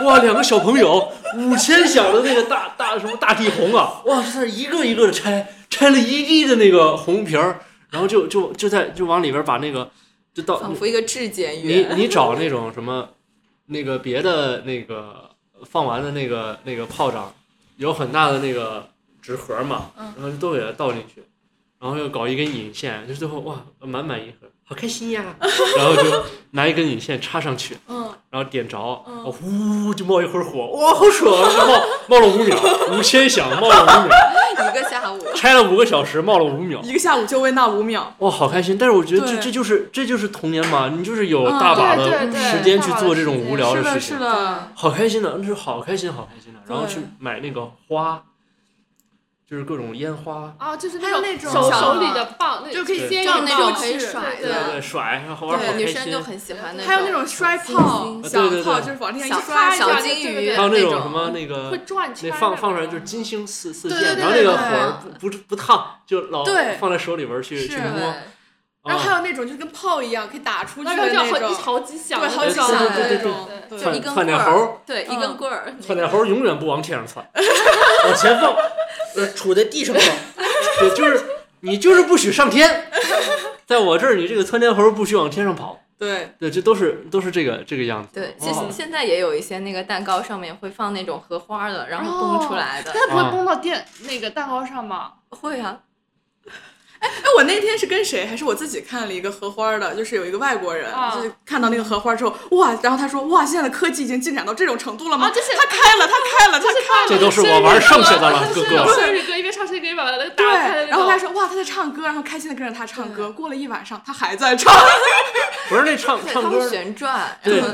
Speaker 1: 哇，两个小朋友五千响的那个大大什么大地红啊，哇，在那一个一个的拆，拆了一地的那个红皮儿，然后就就就在就往里边把那个就到
Speaker 3: 仿佛一个质检
Speaker 1: 你
Speaker 3: 员，
Speaker 1: 你找那种什么，那个别的那个放完的那个那个炮仗，有很大的那个纸盒嘛，
Speaker 5: 嗯
Speaker 1: 然后都给它倒进去，然后又搞一根引线，就 最后哇满满一盒，好开心呀！然后就拿一根引线插上去，
Speaker 4: 嗯，
Speaker 1: 然后点着，
Speaker 3: 嗯
Speaker 1: 哦呼就冒一会儿火，哇，好爽！啊然后冒了五秒，五千响，冒了五秒，
Speaker 3: 一个下午，
Speaker 1: 拆了五个小时，冒了五秒，
Speaker 5: 一个下午就为那五秒，
Speaker 1: 哇，好开心！但是我觉得这
Speaker 5: 对
Speaker 1: 这就是这就是童年嘛，你就是有大把
Speaker 4: 对
Speaker 1: 的
Speaker 4: 对对
Speaker 1: 时间去
Speaker 4: 大把的
Speaker 1: 做这种
Speaker 4: 时间
Speaker 1: 无聊
Speaker 5: 是
Speaker 1: 事
Speaker 5: 的，
Speaker 1: 情
Speaker 5: 是，的，
Speaker 1: 好开心的，那是好开心，好开心的。然后
Speaker 5: 对
Speaker 1: 去买那个花，就是各种烟花，
Speaker 5: 啊，就是
Speaker 4: 还有
Speaker 5: 那种
Speaker 4: 手
Speaker 5: 小
Speaker 4: 手里的棒，那
Speaker 5: 就可以
Speaker 4: 接
Speaker 3: 撞
Speaker 4: 运
Speaker 3: 那种
Speaker 4: 棒
Speaker 3: 可以甩
Speaker 4: 对
Speaker 1: 对
Speaker 3: 的，
Speaker 1: 对，甩，然后玩好
Speaker 5: 对
Speaker 1: 开
Speaker 3: 女
Speaker 1: 心。
Speaker 3: 生都很喜欢那种，
Speaker 5: 还有嗯那种摔炮
Speaker 3: 星、
Speaker 1: 星
Speaker 5: 小
Speaker 1: 对对对
Speaker 5: 炮，就是往地上
Speaker 3: 小
Speaker 5: 一刷一
Speaker 4: 小
Speaker 5: 下
Speaker 3: 小
Speaker 5: 就，
Speaker 3: 金
Speaker 4: 对
Speaker 3: 鱼，
Speaker 4: 对
Speaker 1: 还有
Speaker 3: 那
Speaker 1: 那种什么那个
Speaker 4: 会转
Speaker 1: 那
Speaker 4: 圈儿的。
Speaker 1: 放放出来就是金星四四
Speaker 5: 对
Speaker 1: 溅，
Speaker 5: 对
Speaker 1: 然后那个
Speaker 5: 对
Speaker 1: 火儿不不不烫，就老
Speaker 5: 对
Speaker 1: 放在手里边儿去
Speaker 5: 是
Speaker 1: 去
Speaker 5: 对
Speaker 1: 摸。
Speaker 5: 然后还
Speaker 1: 啊
Speaker 5: 有那种就是跟炮一样可以打出去
Speaker 4: 那个
Speaker 5: 的
Speaker 4: 叫
Speaker 5: 那
Speaker 4: 好
Speaker 5: 种，
Speaker 4: 好几响
Speaker 5: 对，
Speaker 4: 的那种，
Speaker 5: 好
Speaker 1: 对
Speaker 5: 小的
Speaker 1: 对对对
Speaker 5: 那种，
Speaker 4: 对
Speaker 3: 就一根
Speaker 1: 窜
Speaker 3: 棍
Speaker 1: 点猴
Speaker 3: 儿
Speaker 1: 儿，
Speaker 3: 对，一
Speaker 5: 嗯
Speaker 3: 根棍儿，
Speaker 1: 窜点猴儿永远不往天上窜，往前放，呃，杵在地上放，对，就是你就是不许上天，在我这儿你这个窜天猴儿不许往天上跑，
Speaker 5: 对，
Speaker 1: 对，这都是都是这个这个样子。
Speaker 3: 对，其实
Speaker 1: 哦
Speaker 3: 现在也有一些那个蛋糕上面会放那种荷花的，然后
Speaker 5: 哦
Speaker 3: 蹦出来 的。
Speaker 4: 它不
Speaker 1: 啊
Speaker 4: 会崩到电那个蛋糕上吗？
Speaker 3: 会啊，
Speaker 5: 哎，我那天是跟谁？还是我自己看了一个荷花的，就是有一个外国人，
Speaker 4: 啊
Speaker 5: 就是看到那个荷花之后，哇！然后他说，哇，现在的科技已经进展到这种程度了吗？
Speaker 4: 啊，这是
Speaker 5: 他开了，他开了，他开了。
Speaker 1: 这都是我玩剩下的了，哥
Speaker 4: 是有
Speaker 1: 哥。
Speaker 4: 生日歌一边唱生日歌一边把那个打开的
Speaker 5: 对，
Speaker 4: 那种
Speaker 5: 然后他说哇，他在唱歌，然后开心的跟着他唱歌。过了一晚上，他还在唱。
Speaker 1: 不是那唱
Speaker 3: 对，
Speaker 1: 唱
Speaker 3: 它会
Speaker 1: 歌，
Speaker 3: 旋转，
Speaker 1: 对
Speaker 3: 然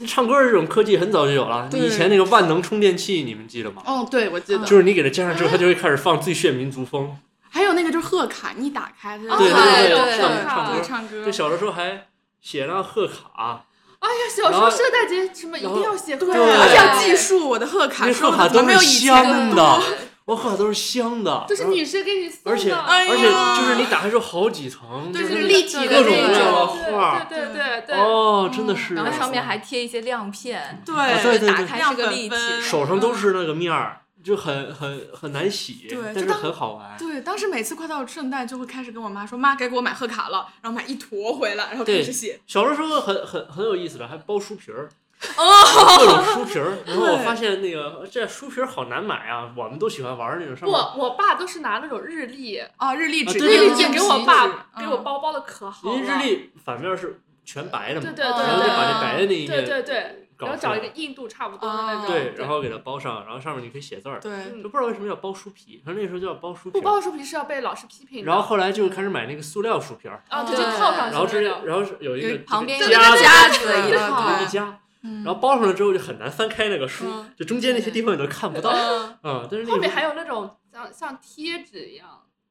Speaker 3: 后
Speaker 1: 唱歌这种科技很早就有了。
Speaker 5: 对
Speaker 1: 以前那个万能充电器，你们记得吗？
Speaker 5: 哦，对，我记得
Speaker 1: 就是你给它加上之后，它就会开始放最炫民族风。
Speaker 5: 还有那个就是贺卡，你一打开他就
Speaker 1: 哦对
Speaker 3: 对对对
Speaker 1: 唱
Speaker 3: 对
Speaker 1: 唱
Speaker 5: 哦对
Speaker 1: 歌。
Speaker 5: 唱歌
Speaker 1: 就，小的时候还写上贺卡，
Speaker 4: 哎呀，小时
Speaker 1: 然后
Speaker 4: 候圣诞节什么一
Speaker 1: 然后
Speaker 4: 定要写歌，
Speaker 5: 对，
Speaker 1: 对
Speaker 5: 而且要记住我的贺卡，
Speaker 1: 那
Speaker 5: 说
Speaker 1: 贺
Speaker 5: 我
Speaker 1: 卡
Speaker 5: 怎么
Speaker 1: 都
Speaker 5: 没有
Speaker 1: 是
Speaker 5: 以前
Speaker 1: 香的
Speaker 5: 的多。，
Speaker 1: 我贺卡都是香的，
Speaker 4: 都是
Speaker 1: 然后
Speaker 4: 女生给你送
Speaker 1: 而且
Speaker 4: 的，
Speaker 5: 哎呀
Speaker 1: 而且就是你打开之后好几层，
Speaker 5: 对
Speaker 1: 就是是
Speaker 5: 立体的
Speaker 1: 各种
Speaker 5: 那
Speaker 1: 各样的
Speaker 5: 种
Speaker 1: 画，
Speaker 4: 对对对对，
Speaker 1: 哦，真的
Speaker 5: 嗯
Speaker 1: 是。
Speaker 3: 然后上面还贴一些亮片，
Speaker 1: 啊
Speaker 5: 对
Speaker 1: 对
Speaker 3: 就打开是个立体。
Speaker 5: 亮粉
Speaker 1: 手上都是那个面儿，就很很很难洗，
Speaker 5: 对
Speaker 1: 但
Speaker 5: 就是当
Speaker 1: 很好玩。
Speaker 5: 对，当时每次快到圣诞，就会开始跟我妈说：“妈，该给我买贺卡了。”然后买一坨回来，然后开
Speaker 1: 对
Speaker 5: 始写。
Speaker 1: 小的时候很很很有意思的，还包书皮儿，
Speaker 3: 哦，
Speaker 1: 各种书皮 儿。然后我
Speaker 5: 对
Speaker 1: 发现那个这书皮儿好难买啊，我们都喜欢玩那种上
Speaker 4: 不，
Speaker 1: 面。
Speaker 4: 我爸都是拿那种日历，
Speaker 5: 啊，日历纸，
Speaker 1: 哦对
Speaker 4: 日
Speaker 1: 对
Speaker 4: 历
Speaker 1: 对
Speaker 4: 纸
Speaker 5: 纸
Speaker 4: 给我爸给我。
Speaker 5: 嗯
Speaker 4: 包包的可好了，
Speaker 1: 因为日历反面是全白的嘛
Speaker 4: 对，对对
Speaker 1: 然后就把这
Speaker 4: 对
Speaker 1: 白的那一
Speaker 4: 对
Speaker 1: 面
Speaker 4: 对对，
Speaker 1: 搞
Speaker 4: 然后
Speaker 1: 出
Speaker 4: 找一
Speaker 1: 来
Speaker 4: 个硬度差不多的那种，
Speaker 1: 嗯
Speaker 4: 嗯
Speaker 5: 啊
Speaker 1: 对，然后给它包上，然后上面你可以写字儿。
Speaker 5: 对，
Speaker 1: 嗯就不知道为什么叫包书皮，反正那时候叫包书皮
Speaker 4: 不
Speaker 1: 儿。
Speaker 4: 包书皮是要被老师批评的，
Speaker 1: 然后后来就开始买那个塑料书皮儿，
Speaker 4: 啊对，
Speaker 3: 对
Speaker 4: 就套上
Speaker 1: 然
Speaker 4: 去
Speaker 1: 后
Speaker 4: 那
Speaker 1: 之
Speaker 4: 种，
Speaker 1: 然后是有一个
Speaker 5: 有
Speaker 3: 旁边
Speaker 1: 这
Speaker 3: 有
Speaker 1: 个
Speaker 3: 一个
Speaker 1: 夹子
Speaker 3: 夹嗯子
Speaker 5: 对
Speaker 3: 一
Speaker 1: 对
Speaker 5: 个
Speaker 3: 套
Speaker 5: 套
Speaker 1: 一个夹，
Speaker 5: 然
Speaker 1: 然后包上了之后就很难翻开那个书，
Speaker 5: 嗯
Speaker 1: 就中间那些地方你都看不到。
Speaker 5: 嗯
Speaker 1: 嗯，但是那
Speaker 4: 后
Speaker 1: 个
Speaker 4: 面还有那种像像贴纸一样，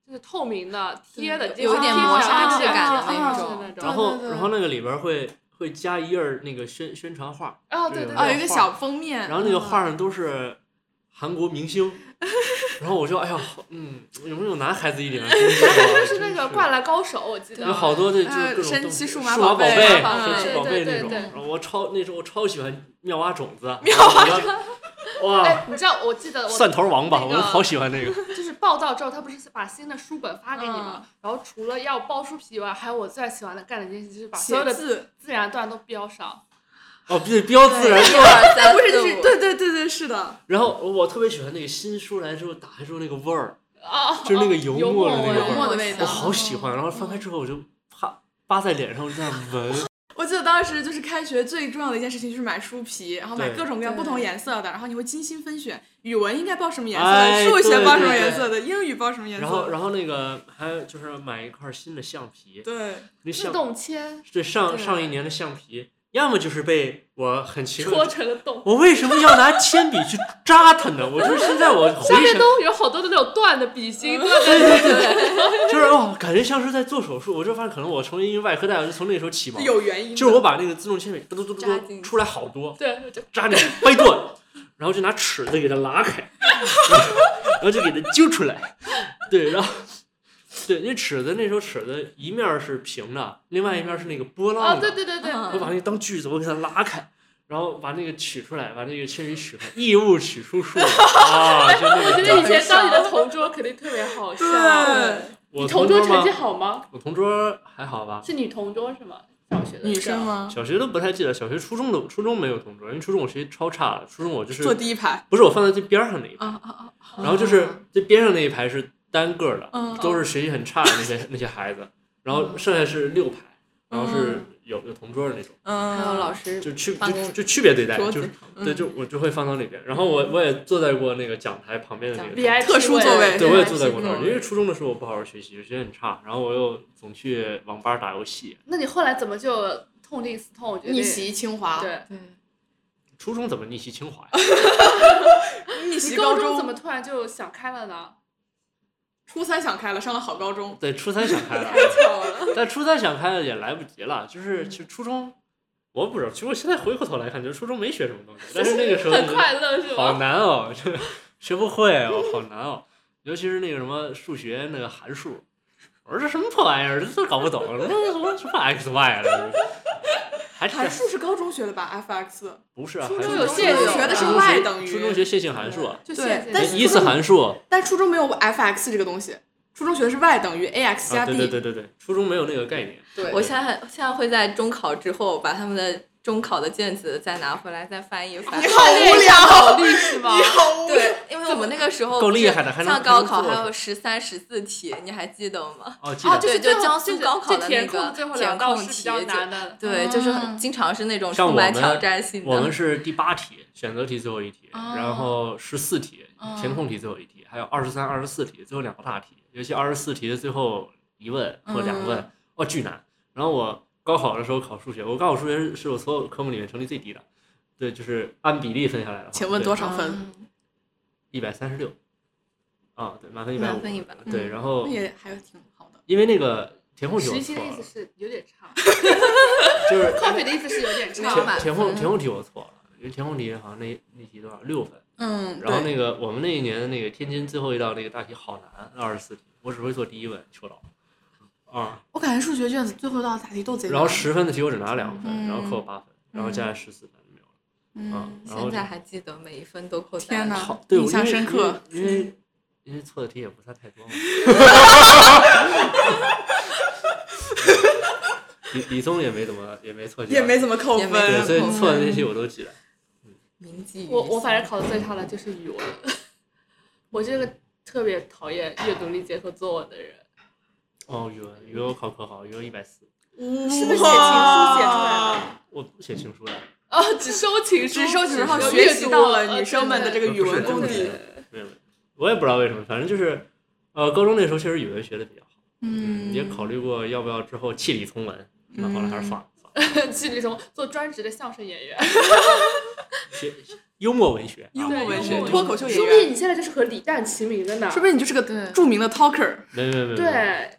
Speaker 4: 就是透明的贴的，
Speaker 3: 有一点
Speaker 4: 贴上
Speaker 3: 磨砂
Speaker 4: 去
Speaker 3: 质感的
Speaker 4: 啊
Speaker 3: 那
Speaker 4: 啊
Speaker 3: 种
Speaker 4: 是那
Speaker 1: 然
Speaker 4: 种，
Speaker 1: 后
Speaker 5: 对对
Speaker 1: 然后那个里边会会加一页儿那个宣宣传画，
Speaker 4: 啊对对
Speaker 1: 哎
Speaker 5: 啊，
Speaker 4: 对
Speaker 5: 有一个小封面，
Speaker 1: 然后那个画上都是韩国明星，然后我就哎呀，嗯，有没有男孩子一点的东西啊？
Speaker 4: 就是那个《灌篮高手》，我记得
Speaker 1: 有好多的就是
Speaker 5: 呃
Speaker 1: 各种
Speaker 5: 神
Speaker 1: 东
Speaker 5: 奇
Speaker 1: 西
Speaker 5: 数
Speaker 1: 数
Speaker 5: 码
Speaker 1: 宝
Speaker 5: 宝贝
Speaker 4: 啊
Speaker 1: 神奇
Speaker 4: 对
Speaker 1: 宝
Speaker 4: 对
Speaker 1: 贝
Speaker 4: 对
Speaker 1: 那种。
Speaker 4: 对
Speaker 1: 然后我超那时候我超喜欢妙蛙种子，妙蛙种子，哇，
Speaker 4: 哎，你知道我记得我
Speaker 1: 蒜头王八，
Speaker 4: 那
Speaker 1: 我
Speaker 4: 个
Speaker 1: 就好喜欢那个。
Speaker 4: 就是报到之后，他不是把新的书本发给
Speaker 1: 嗯
Speaker 4: 你吗？然后除了要包书皮以外，还有我最喜欢的干的一件事，就是把所有
Speaker 5: 写
Speaker 4: 的
Speaker 5: 字，
Speaker 4: 自然段都标上。
Speaker 1: 哦，对，标自然
Speaker 3: 一二三
Speaker 5: 不是
Speaker 3: 四
Speaker 5: 就
Speaker 3: 五
Speaker 5: 是，对对对对，是的，
Speaker 1: 然后我特别喜欢那个新书来之后打开之后那个味儿，
Speaker 4: 啊，
Speaker 1: 就是那个
Speaker 4: 油
Speaker 1: 油墨的那个
Speaker 5: 味儿
Speaker 4: 墨
Speaker 1: 我
Speaker 4: 的
Speaker 5: 嗯
Speaker 4: 哦
Speaker 1: 好喜欢。然后翻开之后我就啪扒在脸上我就在那闻，
Speaker 5: 我记得当时就是开学最重要的一件事情就是买书皮，然后买
Speaker 1: 对
Speaker 5: 各种各样不同颜色的，然后你会精心分选，语文应该报什么颜色
Speaker 1: 哎
Speaker 5: 的，数学
Speaker 1: 对
Speaker 5: 报什
Speaker 1: 对
Speaker 5: 么
Speaker 1: 对
Speaker 5: 颜色的，英语报什么颜色
Speaker 1: 然
Speaker 5: 的，
Speaker 1: 后然后那个还有就是买一块新的橡皮，
Speaker 5: 对，
Speaker 1: 那
Speaker 4: 自
Speaker 1: 橡
Speaker 4: 动铅
Speaker 1: 对上
Speaker 4: 对
Speaker 1: 上一年的橡皮，要么就是被我很奇
Speaker 4: 戳
Speaker 1: 怪，
Speaker 4: 成了洞，
Speaker 1: 我为什么要拿铅笔去扎它呢？我就是现在我回
Speaker 4: 上面
Speaker 1: 想，
Speaker 4: 都有好多的那种断的笔芯，断的
Speaker 1: 对对对，就是哦，感觉像是在做手术。我就发现可能我成为一个外科大夫，就从那时候起嘛，
Speaker 5: 有原因的，
Speaker 1: 就是我把那个自动铅笔嘟嘟嘟嘟
Speaker 3: 扎进
Speaker 1: 嘟
Speaker 3: 去
Speaker 1: 出来好多，
Speaker 4: 对，就
Speaker 1: 扎那个掰断，然后就拿尺子给它拉开，然后就给它揪出来。对，然后对，那尺子那时候尺子一面儿是平的，另外一面儿是那个波浪的。
Speaker 4: 啊，对对对对，
Speaker 3: 嗯
Speaker 1: 我把那个当锯子，我给它拉开，然后把那个取出来，把那个铅笔取出来，异物取出数啊！就那
Speaker 4: 我觉
Speaker 1: 个
Speaker 4: 得以
Speaker 1: 叫，
Speaker 4: 前 当你的同桌肯定特别好笑。
Speaker 5: 对
Speaker 1: 我同
Speaker 4: 同桌
Speaker 1: 桌
Speaker 4: 成
Speaker 1: 吗
Speaker 4: 绩？好吗？
Speaker 1: 我同桌还好吧？
Speaker 4: 是女同桌是吗？小学的
Speaker 5: 女生？吗？
Speaker 1: 小学都不太记得，小学、初中的初中没有同桌，因为初中我学习超差的，初中我就是
Speaker 5: 坐第一排
Speaker 1: 不是我放在最边儿上那一排，
Speaker 5: 啊啊啊！
Speaker 1: 然后就是最边上那一排是单个儿的，
Speaker 5: 嗯
Speaker 1: 都是学习很差的那些那些孩子，然后剩下是六排，然后是有有同桌的那种，
Speaker 3: 还
Speaker 6: 嗯，
Speaker 3: 有老师
Speaker 1: 就区
Speaker 3: 办公
Speaker 1: 就就区别对待，
Speaker 3: 桌
Speaker 1: 就
Speaker 3: 子
Speaker 1: 是对，就我就会放到里边。然后我我也坐在过那个讲台旁边的那个
Speaker 4: VIP
Speaker 5: 特殊座位
Speaker 4: 位，
Speaker 1: 对，我也坐在过那
Speaker 4: 那
Speaker 1: 儿，因为初中的时候我不好好学习，学习很差，然后我又总去网吧打游戏。
Speaker 4: 那你后来怎么就痛定思痛？我觉得
Speaker 5: 嗯逆袭清华，
Speaker 1: 啊
Speaker 4: 对，
Speaker 3: 对，
Speaker 1: 初中怎么逆袭清华呀？
Speaker 5: 逆
Speaker 4: 你
Speaker 5: 袭
Speaker 4: 高
Speaker 5: 中，
Speaker 4: 怎么突然就想开了呢？
Speaker 5: 初三想开了，上了好高 中，
Speaker 1: 对，初三想开了， 但初三想开了也来不及了，就是其实初中，我不知道，其实我现在回过头来看，就是初中没学什么东西，但是那个时候就
Speaker 4: 很
Speaker 1: 觉得
Speaker 4: 快乐是
Speaker 1: 好
Speaker 4: 吗？
Speaker 1: 难哦， 这学不会哦，好难哦，尤其是那个什么数学那个函数，我说这什么破玩意儿，这都搞不懂，什么什么 x y 了，还是
Speaker 5: 函数是高中学的吧？f(x)，
Speaker 1: 不是啊？
Speaker 5: 初
Speaker 1: 还
Speaker 5: 中
Speaker 1: 是
Speaker 5: 有线
Speaker 1: 初中啊
Speaker 5: 学的是
Speaker 1: 初中
Speaker 5: y 等于
Speaker 1: 初中学线性函数啊，
Speaker 4: 就
Speaker 5: 对
Speaker 4: 现在
Speaker 5: 但
Speaker 1: 连
Speaker 5: 是
Speaker 1: 伊
Speaker 5: 初
Speaker 1: 斯
Speaker 5: 中
Speaker 1: 函数啊
Speaker 5: 但初中没有 f(x) 这个东西，初中学的是 y 等于
Speaker 1: 啊，
Speaker 5: ax 加
Speaker 1: 对对
Speaker 5: b，
Speaker 1: 对 对对，初中没有那个概念，
Speaker 5: 对
Speaker 3: 我现在现在会在中考之后把他们的中考的卷子再拿回来再翻一翻
Speaker 5: 你。好无聊，
Speaker 4: 考虑是吗？
Speaker 5: 好无聊。
Speaker 3: 对，因为我们那个时候
Speaker 1: 够
Speaker 3: 哦不是
Speaker 1: 厉害的还能
Speaker 3: 像高考
Speaker 1: 还能做
Speaker 3: 还有十三、十四题，你还记得吗？
Speaker 1: 哦，记得
Speaker 4: 就是
Speaker 3: 对，
Speaker 4: 最
Speaker 3: 就
Speaker 4: 后
Speaker 3: 江
Speaker 4: 就
Speaker 3: 苏
Speaker 4: 是
Speaker 3: 高考
Speaker 4: 这
Speaker 3: 的
Speaker 4: 填
Speaker 3: 那
Speaker 4: 空
Speaker 3: 个
Speaker 4: 最后
Speaker 3: 填
Speaker 4: 两道
Speaker 3: 空
Speaker 4: 是比
Speaker 3: 题，
Speaker 4: 较
Speaker 3: 就
Speaker 4: 难的，嗯
Speaker 3: 对，就是很经常是那种
Speaker 1: 像
Speaker 3: 充满
Speaker 1: 我们
Speaker 3: 挑战性
Speaker 1: 我
Speaker 3: 的
Speaker 1: 们。是第八题选择题最后一题，
Speaker 5: 哦
Speaker 1: 然后十四题
Speaker 5: 哦
Speaker 1: 填空题最后一题，还有二十三、二十四题最后两个大题，尤其二十四题的最后一问或两问，哇、巨难。然后我高考的时候考数学，我高考数学是是我所有科目里面成绩最低的，对，就是按比例分下来的话。
Speaker 5: 请问
Speaker 3: 嗯
Speaker 5: 多少分？
Speaker 1: 一百三十六。啊，对，满分一百五。
Speaker 3: 满分100
Speaker 1: 对，然后
Speaker 5: 那也还挺好的。
Speaker 1: 因为那个填空题我
Speaker 4: 实习
Speaker 1: 错
Speaker 4: 的
Speaker 1: 了
Speaker 4: 意思，是有点差
Speaker 1: 就是
Speaker 4: ，copy 的意思是有点
Speaker 3: 那个
Speaker 4: 差。
Speaker 3: 满
Speaker 1: 填填空
Speaker 3: 分
Speaker 1: 填空题我错了，因为填空题好像那那题多少六分。
Speaker 5: 嗯，
Speaker 1: 然后
Speaker 5: 对
Speaker 1: 那个我们那一年的那个天津最后一道那个大题好难，二十四题，我只会做第一问，求饶。啊，
Speaker 5: 我感觉数学卷子最后一道答题都贼难。
Speaker 1: 然后十分的题我只拿两分，
Speaker 5: 嗯
Speaker 1: 然后扣八分，然后加上十四分没有了。啊
Speaker 5: 嗯，，
Speaker 1: 然后
Speaker 3: 现
Speaker 1: 就
Speaker 3: 在还记得每一分都扣
Speaker 5: 天
Speaker 3: 哪！
Speaker 5: 哪
Speaker 1: 好，对，我
Speaker 5: 印象
Speaker 1: 因为
Speaker 5: 深刻，
Speaker 1: 因为因为因为错的题也不算太多嘛。 理理综也没怎么也没错几道，
Speaker 5: 也没怎么嗯扣
Speaker 3: 也没
Speaker 1: 对，
Speaker 3: 怎
Speaker 1: 所
Speaker 3: 么
Speaker 5: 分。
Speaker 1: 以错的那些我都记得。
Speaker 3: 铭记于
Speaker 4: 我我反正
Speaker 3: 心
Speaker 4: 考的最差的就是语文， 我这个特别讨厌阅读理解和作文的人，
Speaker 1: 哦，语文语文我考可好，语文一百四，
Speaker 4: 是不是写情书写出来
Speaker 5: 哇
Speaker 4: 的？
Speaker 1: 我不写情书的，
Speaker 4: 哦，只收情书，
Speaker 5: 只收集，然后
Speaker 4: 有
Speaker 5: 学
Speaker 4: 阅
Speaker 5: 习
Speaker 4: 读
Speaker 5: 到
Speaker 1: 啊
Speaker 4: 呃
Speaker 5: 了女生们的这
Speaker 4: 对
Speaker 5: 个语文
Speaker 1: 不
Speaker 5: 功
Speaker 1: 是
Speaker 5: 底。
Speaker 4: 嗯
Speaker 1: 没有，没有，我也不知道为什么，反正就是，呃，高中那时候确实语文学的比较好，
Speaker 5: 嗯，
Speaker 1: 也考虑过要不要之后弃理从文，那
Speaker 4: 嗯
Speaker 1: 后来还是算了，算了
Speaker 4: 对去那种做专职的相声演员，
Speaker 1: 学幽默文学，啊
Speaker 5: 幽
Speaker 4: 默文学
Speaker 1: 对幽
Speaker 5: 脱口秀演
Speaker 4: 说
Speaker 5: 员
Speaker 4: 不定你现在就是和李诞齐名的呢。
Speaker 5: 说不定你就是个著名的 talker。
Speaker 1: 没没没，没，
Speaker 4: 对，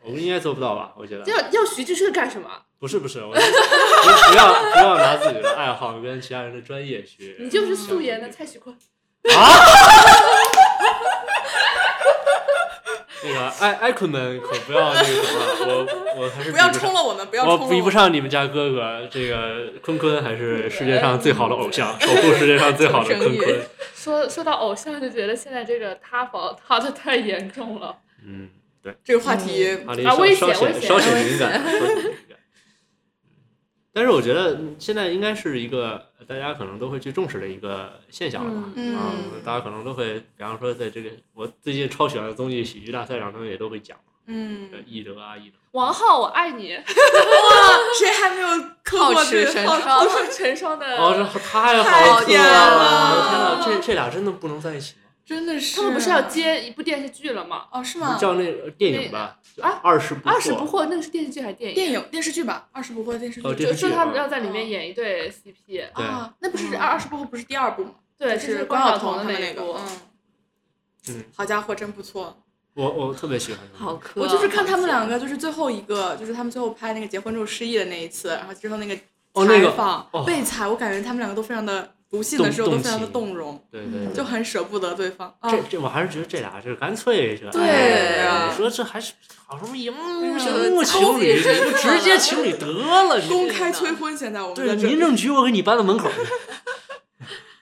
Speaker 1: 我应该做不到吧？我觉得
Speaker 4: 要要徐志胜干什么？
Speaker 1: 不是不 是，我不要不要拿自己的爱好跟其他人的专业去，
Speaker 4: 你就是素颜的蔡徐坤。
Speaker 1: 那个爱爱坤们可不要那个什么，我我还是
Speaker 5: 不要
Speaker 1: 比
Speaker 5: 冲
Speaker 1: 上。
Speaker 5: 了我们，不要
Speaker 1: 我
Speaker 5: 冲
Speaker 1: 比
Speaker 5: 了
Speaker 1: 不
Speaker 5: 们。
Speaker 1: 上你们家哥哥，这个坤坤还是世界上最好的偶像，守护世界上最好的坤
Speaker 3: 求生
Speaker 1: 坤。
Speaker 4: 说说到偶像，就觉得现在这个塌房塌的太严重了。
Speaker 1: 嗯，
Speaker 5: 这个话题，
Speaker 1: 啊，那
Speaker 4: 啊
Speaker 1: 稍
Speaker 4: 危
Speaker 1: 稍
Speaker 4: 险危
Speaker 1: 显
Speaker 4: 险
Speaker 1: 稍显敏感，稍显敏感。但是我觉得现在应该是一个大家可能都会去重视的一个现象了吧？
Speaker 5: 嗯
Speaker 1: 啊，大家可能都会，比方说在这个我最近超喜欢的综艺喜剧大赛上，他们也都会讲，
Speaker 5: 嗯
Speaker 1: 呃，易德啊，易德。
Speaker 4: 王浩，我爱你，
Speaker 5: 嗯谁还没有磕过
Speaker 3: 好吃
Speaker 5: 这
Speaker 3: 神
Speaker 5: 个？
Speaker 3: 超
Speaker 4: 浩是陈双的。
Speaker 1: 哦，这太好
Speaker 5: 太
Speaker 1: 磕
Speaker 5: 甜
Speaker 1: 了！我的天
Speaker 5: 了
Speaker 1: 呐，这这俩真的不能在一起吗？
Speaker 5: 真的是
Speaker 4: 他们不是要接一部电视剧了吗？
Speaker 5: 哦是吗？
Speaker 1: 叫那个电影吧，叫
Speaker 4: 啊
Speaker 1: 二十不
Speaker 4: 二十不
Speaker 1: 惑，
Speaker 4: 惑那个是电视剧还是电影？
Speaker 5: 电影电视剧吧，二十不惑电视剧。
Speaker 1: 哦电
Speaker 4: 就
Speaker 1: 视剧
Speaker 4: 就他们要在里面演一对 CP，
Speaker 1: 对
Speaker 5: 啊，那不是二十不惑不是第二部吗？
Speaker 4: 对，这
Speaker 5: 是
Speaker 4: 关
Speaker 5: 晓
Speaker 4: 晓
Speaker 5: 彤
Speaker 4: 彤
Speaker 5: 他
Speaker 4: 的
Speaker 5: 们
Speaker 4: 一
Speaker 5: 那
Speaker 4: 部嗯
Speaker 5: 个。。嗯
Speaker 1: 嗯，
Speaker 5: 好家伙，真不错。
Speaker 1: 我我特别喜欢。
Speaker 3: 好磕啊，
Speaker 5: 我就是看他们两个，就是最后一个，就是他们最后拍那个结婚之后失忆的那一次，然后之后那个
Speaker 1: 哦那个
Speaker 5: 采访
Speaker 1: 哦
Speaker 5: 被采，我感觉他们两个都非常的不幸的时候
Speaker 1: 动
Speaker 5: 都非常的
Speaker 1: 动
Speaker 5: 动容，
Speaker 1: 对对，对
Speaker 5: 就很舍不得对方。啊
Speaker 1: 这这我还是觉得这俩是干脆这。
Speaker 5: 对
Speaker 1: 哎
Speaker 5: 啊嗯
Speaker 1: 你说这还是好嗯什么荧幕
Speaker 3: 这
Speaker 1: 荧幕情侣，你就直接情侣得了。你
Speaker 5: 公开催婚，现在我们
Speaker 1: 对
Speaker 5: 在这
Speaker 1: 民
Speaker 5: 里
Speaker 1: 政局，我给你搬到门口去。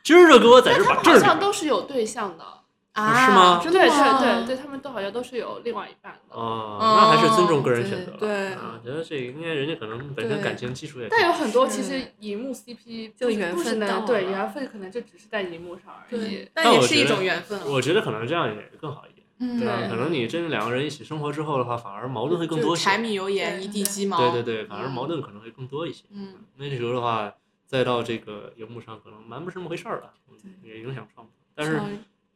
Speaker 1: 今儿就给我在这儿把证
Speaker 4: 好像
Speaker 1: 儿。
Speaker 4: 都是有对象的，
Speaker 5: 啊，
Speaker 1: 是吗
Speaker 5: 真的
Speaker 4: 对
Speaker 5: 吗
Speaker 4: 对对对，他们都好像都是有另外一半的，
Speaker 1: 哦，那还是尊重个人选择了。
Speaker 5: 哦对
Speaker 1: 啊，觉得这应该人家可能本身
Speaker 3: 对
Speaker 1: 感情基础也。
Speaker 4: 但有很多其实荧幕 CP
Speaker 3: 就
Speaker 4: 不是
Speaker 3: 缘
Speaker 4: 不是
Speaker 3: 分到
Speaker 4: 能
Speaker 3: 了
Speaker 4: 对缘分可能就只是在荧幕上而已
Speaker 5: 对，。但
Speaker 1: 但
Speaker 5: 也
Speaker 1: 我
Speaker 5: 是
Speaker 1: 觉
Speaker 5: 一
Speaker 1: 得
Speaker 5: 种缘分了。
Speaker 1: 我觉得可能这样也更好一点，
Speaker 5: 嗯，
Speaker 1: 对吧？
Speaker 4: 对
Speaker 1: 可能你真的两个人一起生活之后的话，反而矛盾会更多
Speaker 5: 就
Speaker 1: 些。
Speaker 5: 柴米油盐
Speaker 4: 对
Speaker 5: 一地鸡毛，
Speaker 1: 对对对，反而
Speaker 5: 嗯
Speaker 1: 矛盾可能会更多一些。
Speaker 5: 嗯，
Speaker 1: 那时候的话，再到这个荧幕上，可能蛮不是那么回事儿了，嗯也影响创作。但是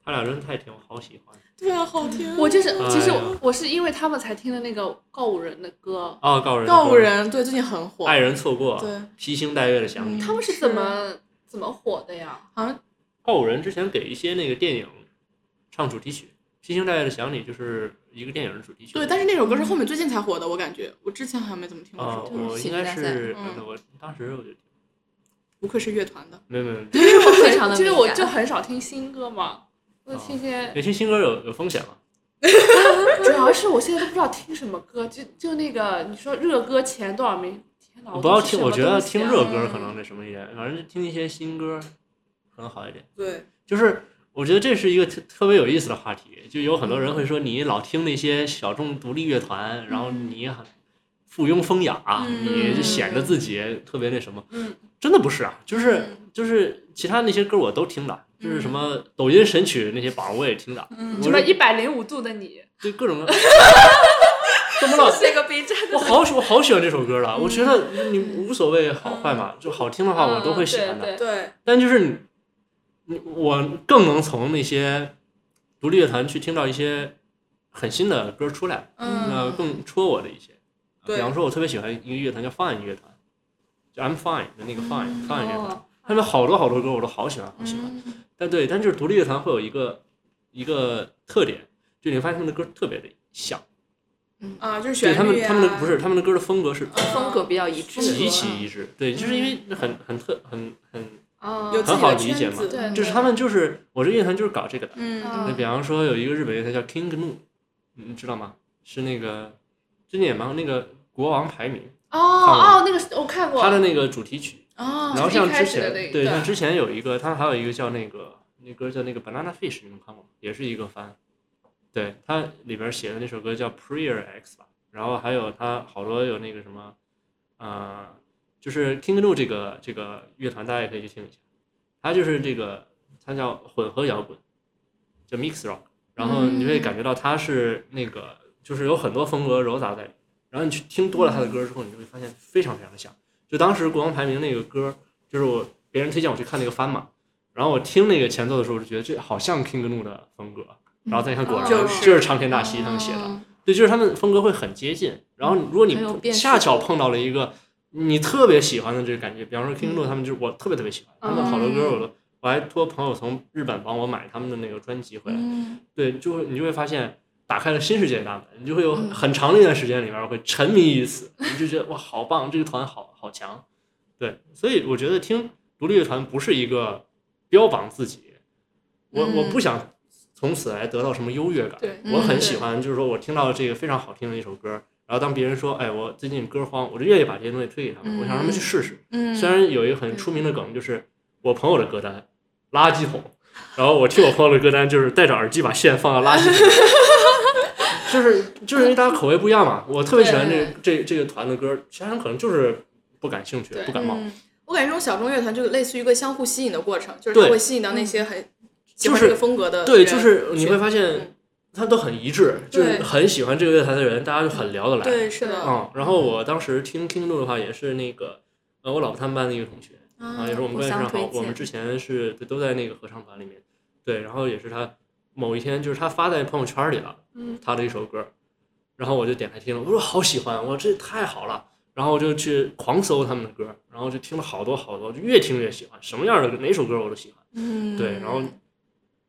Speaker 1: 他俩真的太甜，我好喜欢。
Speaker 5: 对啊，好听。
Speaker 4: 我就是
Speaker 1: 哎，呀
Speaker 4: 其实我我是因为他们才听的那个告五人的歌，
Speaker 1: 哦，告人，
Speaker 5: 告五，人，对，最近很火，
Speaker 1: 爱人错过，
Speaker 5: 对，
Speaker 1: 披星戴月的想你。
Speaker 5: 嗯
Speaker 4: 他们是怎么怎么火的呀？
Speaker 5: 好像
Speaker 1: 告五人之前给一些那个电影唱主题曲，《披星戴月的想你》就是一个电影的主题曲。
Speaker 5: 对，但是那首歌是后面最近才火的，我感觉我之前好像没怎么听过这
Speaker 1: 啊、
Speaker 5: 首歌。
Speaker 1: 我
Speaker 3: 就是
Speaker 1: 应该
Speaker 3: 喜剧大赛
Speaker 1: 是，
Speaker 5: 嗯
Speaker 1: 我当时我就
Speaker 5: 不愧是乐团的，
Speaker 1: 没有没有，
Speaker 4: 因为我
Speaker 3: 非常的
Speaker 4: 其实
Speaker 3: 敏
Speaker 4: 我
Speaker 3: 感
Speaker 4: 就很少听新歌嘛，我就听些，
Speaker 1: 有些新歌有有风险嘛。
Speaker 4: 主要是我现在都不知道听什么歌，就就那个你说热歌前多少名？天哪，
Speaker 1: 不要
Speaker 4: 这哦是
Speaker 1: 听，我
Speaker 4: 什
Speaker 1: 觉
Speaker 4: 么
Speaker 1: 得
Speaker 4: 东西
Speaker 1: 听
Speaker 4: 啊
Speaker 1: 热歌可能那什么一点，反正就听一些新歌可能好一点。
Speaker 5: 对，
Speaker 1: 就是我觉得这是一个特特别有意思的话题，就有很多人会说你老听那些小众独立乐团，然后
Speaker 4: 嗯
Speaker 1: 你很附庸风雅，啊
Speaker 5: 嗯
Speaker 1: 你就显得自己特别那什么。
Speaker 4: 嗯，
Speaker 1: 真的不是啊，就是
Speaker 5: 嗯
Speaker 1: 就是其他那些歌我都听的，就是什么
Speaker 4: 嗯
Speaker 1: 抖音神曲那些榜我也听的，
Speaker 5: 嗯
Speaker 1: 我
Speaker 4: 什么
Speaker 1: 是
Speaker 4: 一百零五度的你，
Speaker 1: 对各种 各。怎么了？
Speaker 3: 这个 B 站
Speaker 1: 我好喜我好喜欢这首歌了，我觉得你无所谓好坏嘛，就好听的话我都会喜欢
Speaker 4: 嗯
Speaker 1: 的。
Speaker 4: 对对
Speaker 5: 对，
Speaker 1: 但就是你，你我更能从那些独立乐团去听到一些很新的歌出来，呃，
Speaker 5: 嗯，
Speaker 1: 更戳我的一些。
Speaker 5: 对
Speaker 1: 比方说，我特别喜欢一个乐团叫 Fine 乐团，就 I'm Fine 的那个 Fine、Fine 乐团
Speaker 4: 哦，
Speaker 1: 他们好多好多歌我都好喜欢，好喜
Speaker 5: 嗯
Speaker 1: 欢。但对，但就是独立乐团会有一个一个特点，就你会发现他们的歌特别的像，
Speaker 5: 啊，就是
Speaker 1: 对
Speaker 5: 旋律
Speaker 1: 他们
Speaker 5: 啊哦
Speaker 1: 他们的不是他们的歌的风格是
Speaker 3: 风格比较一致，嗯
Speaker 1: 极
Speaker 5: 啊
Speaker 1: 其一致，对，就是因为很很特很很，
Speaker 4: 啊，
Speaker 5: 有自
Speaker 1: 很
Speaker 5: 己
Speaker 1: 好
Speaker 5: 的
Speaker 1: 理解
Speaker 5: 圈
Speaker 1: 嘛
Speaker 5: 子，
Speaker 4: 对
Speaker 5: 嗯
Speaker 1: 就是他们就是我这乐团就是搞这个的。
Speaker 5: 嗯
Speaker 4: 啊
Speaker 1: 那比方说有一个日本乐团叫 King Gnu，你知道吗？是那个最近也蛮那个国王排名，
Speaker 4: 哦
Speaker 1: 看过
Speaker 4: 哦，那个是我看过，
Speaker 1: 他的那个主题曲。
Speaker 5: 啊，
Speaker 1: 然后像
Speaker 4: 哦一开
Speaker 1: 之
Speaker 4: 始的
Speaker 1: 前
Speaker 4: 那个
Speaker 1: 对，像之前有一个，他还有一个叫那个那歌叫那个 Banana Fish，你们看过吗？也是一个番。对，他里边写的那首歌叫 Prayer X 吧，然后还有他好多有那个什么，呃，就是 King Gnu 这个这个乐团，大家也可以去听一下。他就是这个，他叫混合摇滚，叫 mix rock，然后你就会感觉到他是那个，就是有很多风格糅杂在里面。然后你去听多了他的歌之后，你就会发现非常非常的像。就当时国王排名那个歌，就是我别人推荐我去看那个番嘛，然后我听那个前奏的时候，我就觉得这好像 King Gnu 的风格，然后再看果然、
Speaker 5: 就是
Speaker 1: 就是长田大希他们写的，对，就是他们风格会很接近。然后如果
Speaker 3: 哦很有
Speaker 1: 你
Speaker 3: 辨识
Speaker 1: 恰巧碰到了一个你特别喜欢的这个感觉，比方说 King Gnu 他们就是我特别特别喜欢，他们好多歌
Speaker 3: 嗯
Speaker 1: 我都我还托朋友从日本帮我买他们的那个专辑回来，
Speaker 5: 嗯
Speaker 1: 对，就会你就会发现打开了新世界的大门，你就会有
Speaker 4: 嗯
Speaker 1: 很很长的一段时间里面会沉迷于此，你就觉得哇好棒，这个团好好强，对，所以我觉得听独立乐团不是一个标榜自己，我我不想从此来得到什么优越感，
Speaker 4: 嗯对
Speaker 1: 我很喜欢，就是说我听到这个非常好听的一首歌，然后当别人说哎我最近歌荒，我就愿意把这些东西推给他们，我想让他们去试试，
Speaker 5: 嗯，
Speaker 1: 虽然有一个很出名的梗，就是我朋友的歌单垃圾桶，然后我听我朋友的歌单，就是戴着耳机把线放到垃 圾桶里，就是就是因为大家口味不一样 嘛。我特别喜欢这这这个团的歌，其他人可能就是不感兴趣
Speaker 4: 对，
Speaker 1: 不感冒。
Speaker 5: 嗯我感觉这种小众乐团就类似于一个相互吸引的过程，就是它
Speaker 1: 对
Speaker 5: 会吸引到那些很喜
Speaker 1: 就
Speaker 5: 欢
Speaker 1: 是
Speaker 5: 这个风格的人，
Speaker 1: 对，就是你会
Speaker 5: 是
Speaker 1: 发现他都很一致，就是
Speaker 5: 对
Speaker 1: 很喜欢这个乐团的人，大家就很聊得来。
Speaker 5: 对，是的，
Speaker 1: 嗯，然后我当时听听众的话，也是那个呃，我老婆他们班的一个同学，啊，也是我们
Speaker 3: 嗯互
Speaker 1: 关系非
Speaker 3: 相
Speaker 1: 常好
Speaker 3: 推。
Speaker 1: 我们
Speaker 3: 荐
Speaker 1: 之前是对都在那个合唱团里面，对，然后也是他某一天就是他发在朋友圈里了，
Speaker 4: 嗯，
Speaker 1: 他的一首歌，然后我就点开听了，我说好喜欢，我这太好了，然后我就去狂搜他们的歌，然后就听了好多好多，就越听越喜欢，什么样的哪首歌我都喜欢，
Speaker 5: 嗯，
Speaker 1: 对，然后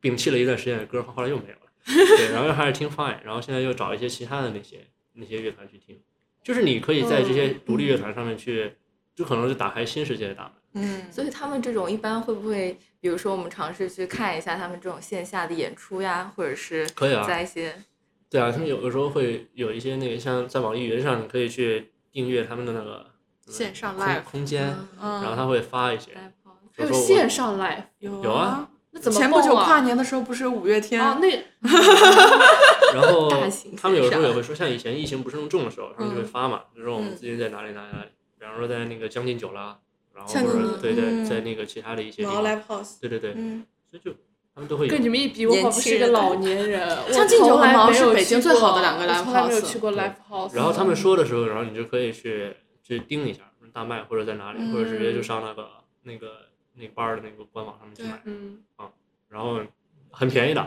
Speaker 1: 摒弃了一段时间的歌，后来又没有 了，对，然后又还是听 Fine，然后现在又找一些其他的那些那些乐团去听，就是你可以在这
Speaker 3: 嗯
Speaker 1: 些独立乐团上面去，就可能就打开新世界的大门。
Speaker 5: 嗯，
Speaker 3: 所以他们这种一般会不会，比如说我们尝试去看一下他们这种线下的演出呀，或者是
Speaker 1: 可以啊
Speaker 3: 在一些
Speaker 1: 对啊，他们有的时候会有一些那个，像在网易云上，你可以去订阅他们的那个呃
Speaker 5: 线上
Speaker 1: 空
Speaker 5: live
Speaker 1: 空间，然后
Speaker 5: 嗯，
Speaker 1: 他会发一些。
Speaker 3: live house
Speaker 1: 比
Speaker 4: 还
Speaker 1: 如
Speaker 4: 有
Speaker 1: 说我
Speaker 4: 线上 live，
Speaker 5: 有
Speaker 1: 有
Speaker 5: 啊
Speaker 1: 啊，
Speaker 4: 那怎么
Speaker 5: 前不久
Speaker 4: 蹦啊
Speaker 5: 跨年的时候不是五月天
Speaker 4: 啊，那
Speaker 1: 然后
Speaker 3: 大型
Speaker 1: 哦他们有时候
Speaker 3: 线
Speaker 1: 也
Speaker 3: 上
Speaker 1: 会说，像以前疫情不是那么重的时候，他们就会
Speaker 5: 嗯
Speaker 1: 发嘛，就说我们
Speaker 5: 嗯
Speaker 1: 最近在哪里哪里哪里，比方说在那个将进酒啦，然后
Speaker 5: 将
Speaker 1: 或
Speaker 5: 进
Speaker 1: 者
Speaker 5: 酒
Speaker 1: 对对，
Speaker 5: 嗯
Speaker 1: 在那个其他的一些地
Speaker 5: 然后
Speaker 1: 方，
Speaker 5: live house，
Speaker 1: 对对对，
Speaker 5: 嗯，
Speaker 1: 所以就他们都会有
Speaker 4: 跟你们一比，我好像是个老年人。我
Speaker 5: 像敬酒
Speaker 4: 从
Speaker 5: 和
Speaker 4: 来
Speaker 5: 猫
Speaker 4: 没有
Speaker 5: 是北京
Speaker 4: 去
Speaker 5: 最好
Speaker 4: 过
Speaker 5: 的两个
Speaker 4: 我
Speaker 5: live
Speaker 4: 从来没有
Speaker 5: house
Speaker 4: 去过 live house。
Speaker 1: 然后他们说的时候，然后你就可以去去盯一下大麦或者在哪里，或者直接
Speaker 5: 嗯
Speaker 1: 就上那个那个那个 bar 的那个官网上面去
Speaker 5: 对
Speaker 1: 买，
Speaker 4: 嗯，
Speaker 1: 然后很便宜的，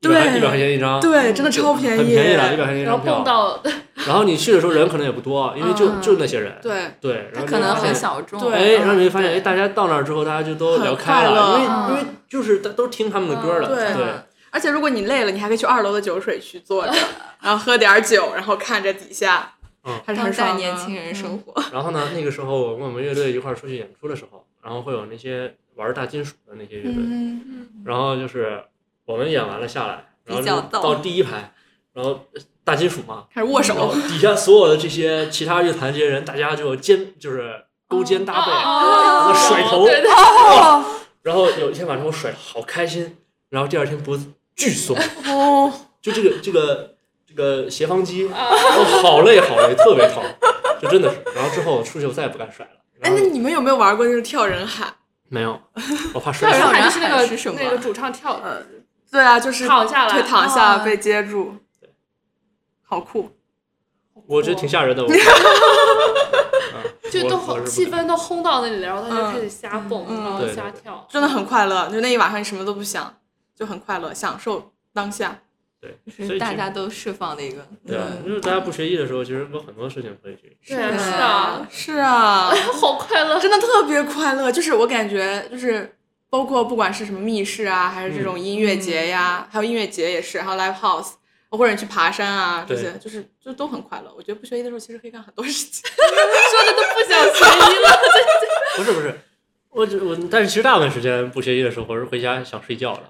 Speaker 1: 一
Speaker 5: 对
Speaker 1: 百一百块钱一张，
Speaker 5: 对，真的超便
Speaker 1: 啊嗯很
Speaker 5: 宜，
Speaker 1: 便宜的，一百块钱一
Speaker 4: 然
Speaker 1: 张
Speaker 4: 后蹦
Speaker 1: 票。
Speaker 4: 到
Speaker 1: 然后你去的时候人可能也不多，因为就
Speaker 5: 嗯
Speaker 1: 就那些人，
Speaker 5: 对，
Speaker 1: 对，然
Speaker 3: 它
Speaker 1: 后
Speaker 3: 可
Speaker 1: 你
Speaker 3: 能
Speaker 1: 就发
Speaker 3: 很
Speaker 1: 现。
Speaker 3: 小众，
Speaker 5: 对
Speaker 1: 哎，然后你会发现，
Speaker 3: 对
Speaker 1: 哎，大家到那儿之后，大家就都聊开
Speaker 5: 很快乐
Speaker 1: 了，因为因
Speaker 3: 嗯
Speaker 1: 为就是大都听他们的歌了，
Speaker 5: 嗯
Speaker 1: 对，
Speaker 5: 而且如果你累了，你还可以去二楼的酒水区坐着，然后喝点儿酒，然后看着底下，
Speaker 1: 嗯
Speaker 5: 还是
Speaker 3: 当代
Speaker 5: 很爽的
Speaker 3: 年轻
Speaker 5: 嗯
Speaker 3: 人生活，
Speaker 1: 然后呢，那个时候我跟我们乐队一块儿出去演出的时候，然后会有那些玩大金属的那些乐队，
Speaker 5: 嗯，
Speaker 1: 然后就是我们演完了下来，然后
Speaker 3: 比
Speaker 1: 就
Speaker 3: 较逗
Speaker 1: 到第一排，然后大金属嘛，
Speaker 5: 开始握
Speaker 1: 然后
Speaker 5: 手，
Speaker 1: 底下所有的这些其他乐团这些人，大家就肩就是勾肩搭背，然后
Speaker 4: 哦
Speaker 1: 甩头，
Speaker 4: 对对
Speaker 1: 然后有一天晚上我甩的好开心，然后第二天脖子巨酸，
Speaker 5: 哦，
Speaker 1: 就这个这个这个斜方肌，
Speaker 4: 啊
Speaker 1: 我好累好累，特别疼，就真的是。然后之后出去我再也不敢甩了。
Speaker 5: 哎
Speaker 1: 然，后
Speaker 5: 那你们有没有玩过就是跳人海？
Speaker 1: 没 有，我怕摔
Speaker 4: 跳人
Speaker 1: 死。
Speaker 4: 海就是那
Speaker 3: 是什
Speaker 4: 个
Speaker 3: 么
Speaker 4: 那个主唱跳
Speaker 5: 呃，对啊，就是
Speaker 4: 躺下
Speaker 5: 腿
Speaker 4: 来，
Speaker 5: 躺下
Speaker 3: 啊
Speaker 5: 被接住，好酷，
Speaker 1: 我觉得挺吓人的。 我嗯
Speaker 4: 就都
Speaker 1: 我我
Speaker 4: 好
Speaker 1: 是不
Speaker 4: 气
Speaker 1: 敢
Speaker 4: 氛都轰到那里了，然后他就
Speaker 5: 嗯
Speaker 4: 开始瞎蹦，
Speaker 5: 嗯
Speaker 4: 然后
Speaker 1: 对对
Speaker 4: 瞎
Speaker 1: 对
Speaker 4: 跳，
Speaker 5: 真的很快乐。就那一晚上你什么都不想，就很快乐，享受当下。
Speaker 1: 对，
Speaker 3: 就
Speaker 1: 所以
Speaker 3: 是大
Speaker 1: 其
Speaker 3: 家都释放的一个。嗯
Speaker 1: 对啊，就是大家不学医的时候，其实有很多事情可以去。
Speaker 4: 对啊，
Speaker 5: 是
Speaker 4: 是
Speaker 5: 的
Speaker 4: 啊，
Speaker 5: 是啊，
Speaker 4: 好快乐。
Speaker 5: 真的特别快乐。就是我感觉，就是包括不管是什么密室啊，还是这种音乐节呀，还有音乐节也是，还有 live house，或者你去爬山啊，这
Speaker 1: 对
Speaker 5: 些就是就都很快乐。我觉得不学医的时候，其实可以干很多事情。
Speaker 4: 说的都不想学医了。
Speaker 1: 不是不是，我只我，但是其实大部分时间不学医的时候，我是回家想睡觉的，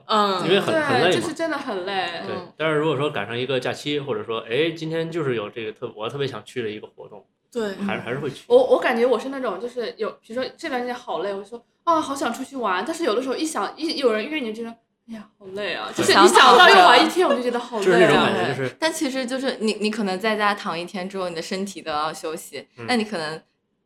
Speaker 1: 因
Speaker 5: 嗯，
Speaker 1: 为很很累
Speaker 4: 对，就
Speaker 1: 嘛
Speaker 4: 是。嗯真的很累。
Speaker 1: 对，但是如果说赶上一个假期，或者说哎，今天就是有这个特我特别想去的一个活动，
Speaker 5: 对，
Speaker 1: 还是还是会去。
Speaker 4: 我我感觉我是那种，就是有，比如说这段时间好累，我就说啊，好想出去玩。但是有的时候一想一有人约你，就觉得哎呀好累啊，就是一想到要玩一天，我就觉得好
Speaker 1: 就是那
Speaker 4: 累
Speaker 1: 种
Speaker 4: 啊
Speaker 1: 感。觉，就是
Speaker 3: 但其实就是你，你可能在家躺一天之后，你的身体都要休息。
Speaker 1: 嗯
Speaker 3: 那你可能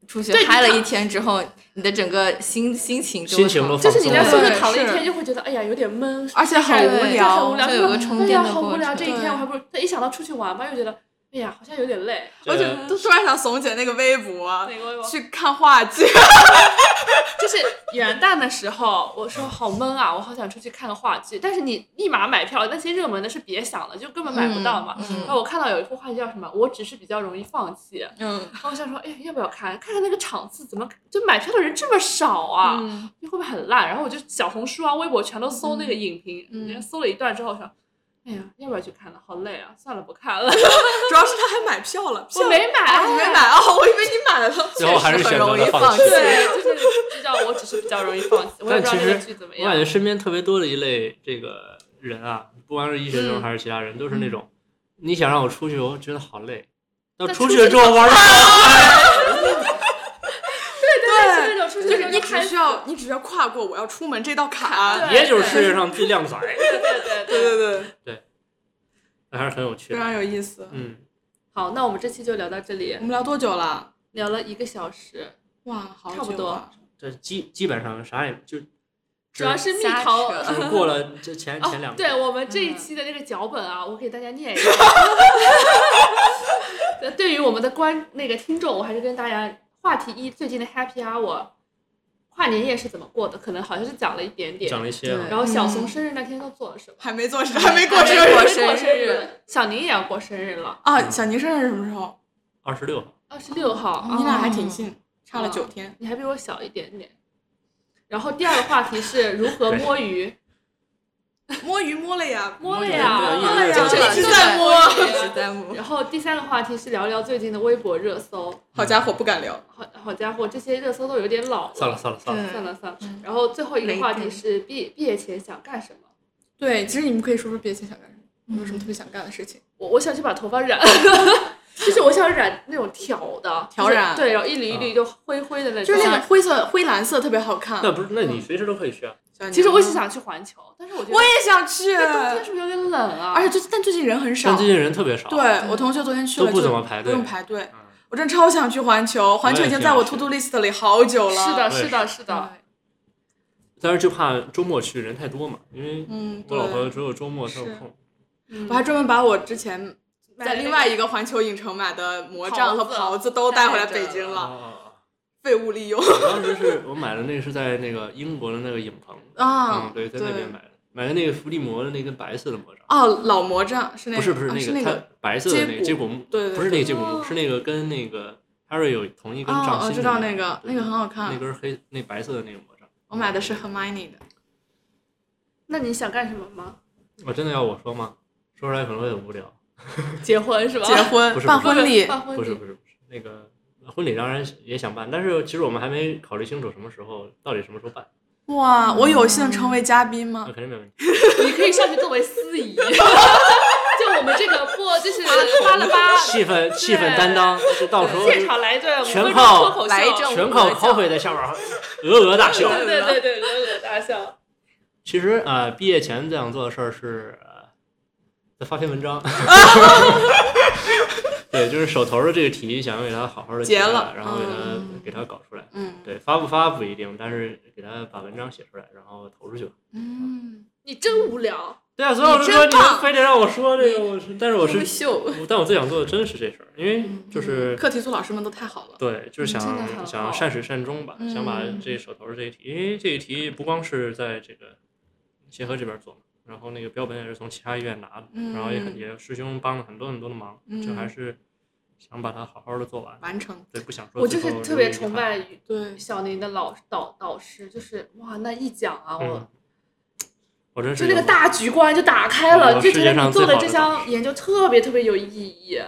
Speaker 3: 出去
Speaker 4: 对你
Speaker 3: 嗨了
Speaker 4: 躺
Speaker 3: 一天之后，你的整个心心情就会
Speaker 1: 心情
Speaker 3: 好
Speaker 1: 都
Speaker 4: 就
Speaker 1: 放
Speaker 4: 是你
Speaker 1: 松
Speaker 4: 在宿
Speaker 1: 了。
Speaker 4: 舍
Speaker 5: 对
Speaker 4: 躺了一
Speaker 5: 是
Speaker 4: 天，就会觉得哎呀有点闷，
Speaker 3: 啊
Speaker 5: 而且很
Speaker 3: 对
Speaker 5: 无
Speaker 4: 就很无
Speaker 5: 聊。
Speaker 4: 聊，
Speaker 3: 就
Speaker 4: 就
Speaker 3: 有个
Speaker 4: 是
Speaker 3: 充电
Speaker 4: 哎呀
Speaker 3: 的
Speaker 4: 好
Speaker 3: 过
Speaker 4: 无聊。这
Speaker 3: 程
Speaker 4: 一天
Speaker 5: 对
Speaker 4: 我还不如，但一想到出去玩吧，又觉得哎呀好像有点累。
Speaker 5: 我就
Speaker 1: 对
Speaker 5: 都突然想怂姐那个微博，啊
Speaker 4: 哪个
Speaker 5: 去看话剧。
Speaker 4: 就是元旦的时候，我说好闷啊，我好想出去看个话剧。但是你立马买票，那些热门的是别想了，就根本买不到嘛。
Speaker 3: 嗯嗯
Speaker 4: 然后我看到有一部话剧叫什么，我只是比较容易放弃。
Speaker 5: 嗯
Speaker 4: 然后我想说，哎，要不要看？看看那个场次怎么就买票的人这么少啊？
Speaker 5: 嗯，
Speaker 4: 会不会很烂？然后我就小红书啊、微博全都搜那个影评，
Speaker 5: 嗯
Speaker 4: 嗯、搜了一段之后想，哎呀，要不要去看了？好累啊，算了，不看 了。
Speaker 5: 主要是他还买票了，票
Speaker 4: 我没买，
Speaker 5: 啊，你 没买哦，我以为你买了。
Speaker 1: 最后还是选择了
Speaker 5: 确实很容易
Speaker 1: 放
Speaker 5: 放
Speaker 1: 弃
Speaker 5: 弃。
Speaker 4: 对，就是知道我只是比较容易放弃，我也不知道
Speaker 1: 但其
Speaker 4: 那
Speaker 1: 实
Speaker 4: 个剧怎么
Speaker 1: 我感
Speaker 4: 样。
Speaker 1: 觉身边特别多的一类这个人啊，不管是医学
Speaker 4: 嗯
Speaker 1: 生还是其他人，都是那种你想让我出去，我觉得好累，到
Speaker 4: 但
Speaker 1: 出
Speaker 4: 出
Speaker 1: 去了
Speaker 4: 去
Speaker 1: 之后玩哎的
Speaker 4: 对是那种出去
Speaker 5: 就
Speaker 4: 的时候
Speaker 5: 是你
Speaker 4: 就
Speaker 5: 只
Speaker 4: 开始
Speaker 5: 需要你只需要跨过我要出门这道坎，
Speaker 4: 对
Speaker 1: 也就是世界 上最靓仔，
Speaker 4: 对对对
Speaker 5: 对对对，
Speaker 1: 还是很有趣
Speaker 4: 啊
Speaker 5: 非
Speaker 1: 的。
Speaker 5: 常有意思。
Speaker 1: 嗯，
Speaker 4: 好，那我们这期就聊到这里
Speaker 5: 我，们聊多久了？
Speaker 4: 聊了一个小时，
Speaker 5: 哇，好久
Speaker 4: 差不多
Speaker 5: 啊。
Speaker 1: 这基基本上啥也就
Speaker 4: 主要是蜜
Speaker 3: 瞎
Speaker 4: 桃。
Speaker 3: 扯
Speaker 1: 只过了这前前两
Speaker 4: 哦，
Speaker 1: 个。
Speaker 4: 对我们这一期的那个脚本啊，我给大家念一下。 对对于我们的观那个听众，我还是跟大家话题一最近的 Happy Hour，跨年夜是怎么过的？可能好像是讲了一点点。
Speaker 1: 讲了一些啊
Speaker 3: 对
Speaker 4: 然后小怂
Speaker 5: 嗯
Speaker 4: 生日那天都做了什么？
Speaker 5: 还没做生，还没过生
Speaker 3: 还没
Speaker 5: 日
Speaker 3: 过
Speaker 4: 过
Speaker 3: 生日
Speaker 4: 日，小宁也要过生日了，
Speaker 5: 啊！小宁生日什么时候？
Speaker 1: 二十六，
Speaker 4: 二十六号。
Speaker 5: 你俩
Speaker 4: 哦
Speaker 5: 还挺近，差了九天。
Speaker 4: 你还比我小一点点。然后第二个话题是如何摸鱼，
Speaker 5: 摸鱼摸了呀，
Speaker 4: 摸了啊
Speaker 1: 鱼
Speaker 4: 呀，
Speaker 1: 对
Speaker 4: 摸
Speaker 1: 一直在摸
Speaker 4: 呀，就
Speaker 5: 一直在摸
Speaker 3: 一直在摸。
Speaker 4: 然后第三个话题是聊聊最近的微博热搜，
Speaker 5: 好家伙，不敢聊。
Speaker 4: 好好家伙，这些热搜都有点老
Speaker 1: 算了算了算了，
Speaker 3: 对
Speaker 4: 算了算了。
Speaker 5: 嗯
Speaker 4: 然后最后一个话题是毕毕业前想干什么？
Speaker 5: 对，其实你们可以说说毕业前想干什么，有没
Speaker 3: 嗯
Speaker 5: 有什么特别想干的事情？
Speaker 4: 我我想去把头发 染，就是我想染那种挑的，
Speaker 5: 挑
Speaker 4: 就是
Speaker 5: 染
Speaker 4: 对，然后一缕一
Speaker 1: 嗯
Speaker 4: 缕就灰灰的那
Speaker 5: 就
Speaker 4: 种
Speaker 5: 是。那种灰色、灰蓝色特别好看。
Speaker 1: 那不是那
Speaker 5: 嗯
Speaker 1: 你随时都可以去啊。
Speaker 5: 小宁
Speaker 4: 其实我一直，想去环球，但是我觉得
Speaker 5: 我也想去，
Speaker 4: 冬天是不是有点冷啊？
Speaker 5: 而且最但最近人很少
Speaker 1: 但。最近人特别少，啊
Speaker 5: 对我同学昨天去
Speaker 1: 都
Speaker 5: 了，
Speaker 1: 不
Speaker 5: 就
Speaker 1: 怎么排
Speaker 5: 不
Speaker 1: 队
Speaker 5: 用。排队
Speaker 1: 嗯。
Speaker 5: 我真的超想去环球，环球已经在我
Speaker 1: 我也
Speaker 5: to
Speaker 1: 挺
Speaker 5: do list 里好久了。
Speaker 4: 是的，
Speaker 1: 我也
Speaker 4: 是的，是的。
Speaker 1: 但是就怕周末去人太多嘛，因为
Speaker 5: 嗯，
Speaker 1: 我
Speaker 5: 对。
Speaker 1: 老婆只有周末才有
Speaker 5: 是
Speaker 1: 空。
Speaker 4: 嗯
Speaker 5: 我还专门把我之前
Speaker 4: 买
Speaker 5: 在
Speaker 4: 了
Speaker 5: 另
Speaker 4: 那
Speaker 5: 外
Speaker 4: 个
Speaker 5: 一个环球影城买的魔杖和
Speaker 4: 袍子
Speaker 5: 袍子都带回来
Speaker 3: 带着
Speaker 5: 北京
Speaker 1: 啊
Speaker 5: 了，
Speaker 1: 啊啊！
Speaker 5: 废物利用
Speaker 1: 我当时是我买的那个是在那个英国的那个影城，
Speaker 5: 啊
Speaker 1: 嗯，。对，在那
Speaker 5: 对
Speaker 1: 边买的，买的那个伏地魔的那根白色的魔杖，
Speaker 5: 哦，老魔杖是那个，
Speaker 1: 不是不是
Speaker 5: 啊
Speaker 1: 那
Speaker 5: 是
Speaker 1: 个，它白色的那个
Speaker 5: 接
Speaker 1: 接
Speaker 5: 骨
Speaker 1: 骨木，
Speaker 5: 对对对，
Speaker 1: 不是那个接骨木，
Speaker 4: 哦
Speaker 1: 是那个跟那个 Harry 有同一根
Speaker 5: 哦
Speaker 1: 掌，
Speaker 5: 我
Speaker 1: 心
Speaker 5: 知
Speaker 1: 的
Speaker 5: 道那个，那个很好看
Speaker 1: 那。根黑那白色的那个魔杖。
Speaker 5: 我买的是 Hermione 的，
Speaker 4: 那你想干什么吗？
Speaker 1: 我哦真的要我说吗？说出来可能会很无聊。
Speaker 4: 结婚是吧？
Speaker 5: 结婚
Speaker 1: 不是
Speaker 5: 办
Speaker 1: 不是
Speaker 5: 婚礼，
Speaker 4: 办婚
Speaker 1: 不是不是不是，那个婚礼当然也想办，但是其实我们还没考虑清楚什么时候，到底什么时候办，
Speaker 5: 哇，我有幸成为嘉宾
Speaker 4: 嗯
Speaker 5: 吗
Speaker 1: 那？肯定没问题。
Speaker 4: 你可以上去作为司 仪，就我们这个播就是巴拉巴，
Speaker 1: 气氛气氛担当，就到时候
Speaker 4: 现场来这
Speaker 1: 全
Speaker 4: 五分钟
Speaker 1: 靠
Speaker 4: 脱口秀
Speaker 3: 来一阵
Speaker 1: 全靠 coffee 在下边儿鹅鹅大笑。
Speaker 4: 对对对对，惹惹大笑。
Speaker 1: 其实啊、呃毕业前最想做的事儿是、呃再发篇文 章。对，就是手头儿的这个题，想要给它好好的
Speaker 5: 结了
Speaker 1: 然后给它、
Speaker 5: 嗯
Speaker 1: 给它搞出来。
Speaker 5: 嗯
Speaker 1: 对，发不发不一定，但是给它把文章写出来，然后投出去吧。
Speaker 5: 嗯，
Speaker 4: 你真无聊，
Speaker 1: 对啊，所以我就
Speaker 5: 真
Speaker 1: 说你
Speaker 5: 棒
Speaker 1: 们非得让我说这个，我是，但是我是
Speaker 3: 优，秀，
Speaker 1: 我但我最想做的真的是这事儿，因为就是
Speaker 5: 课题组老师们都太好了，
Speaker 1: 对，就是想
Speaker 4: 嗯真的很好
Speaker 1: 想善始善终吧，
Speaker 5: 嗯
Speaker 1: 想把这手头儿这一题，因为这一题不光是在这个协和这边做嘛，然后那个标本也是从其他医院拿的，
Speaker 5: 嗯
Speaker 1: 然后也很也师兄帮了很多很多的忙，
Speaker 5: 嗯
Speaker 1: 就还是想把它好好的做完。
Speaker 5: 完成。
Speaker 1: 对，不想说
Speaker 4: 我就
Speaker 1: 最后
Speaker 4: 是
Speaker 1: 留
Speaker 4: 特别
Speaker 1: 遗
Speaker 4: 崇
Speaker 1: 憾
Speaker 4: 拜
Speaker 5: 对，
Speaker 4: 小宁的老导导师，就是哇，那一讲啊，
Speaker 1: 嗯
Speaker 4: 我，
Speaker 1: 我真是
Speaker 4: 就那个
Speaker 1: 有
Speaker 4: 大局观就打开了，
Speaker 1: 我
Speaker 4: 你就
Speaker 1: 嗯世
Speaker 4: 觉
Speaker 1: 界
Speaker 4: 得
Speaker 1: 上
Speaker 4: 你做
Speaker 1: 最
Speaker 4: 的
Speaker 1: 好
Speaker 4: 这
Speaker 1: 的导
Speaker 4: 项研究特别特别有意义，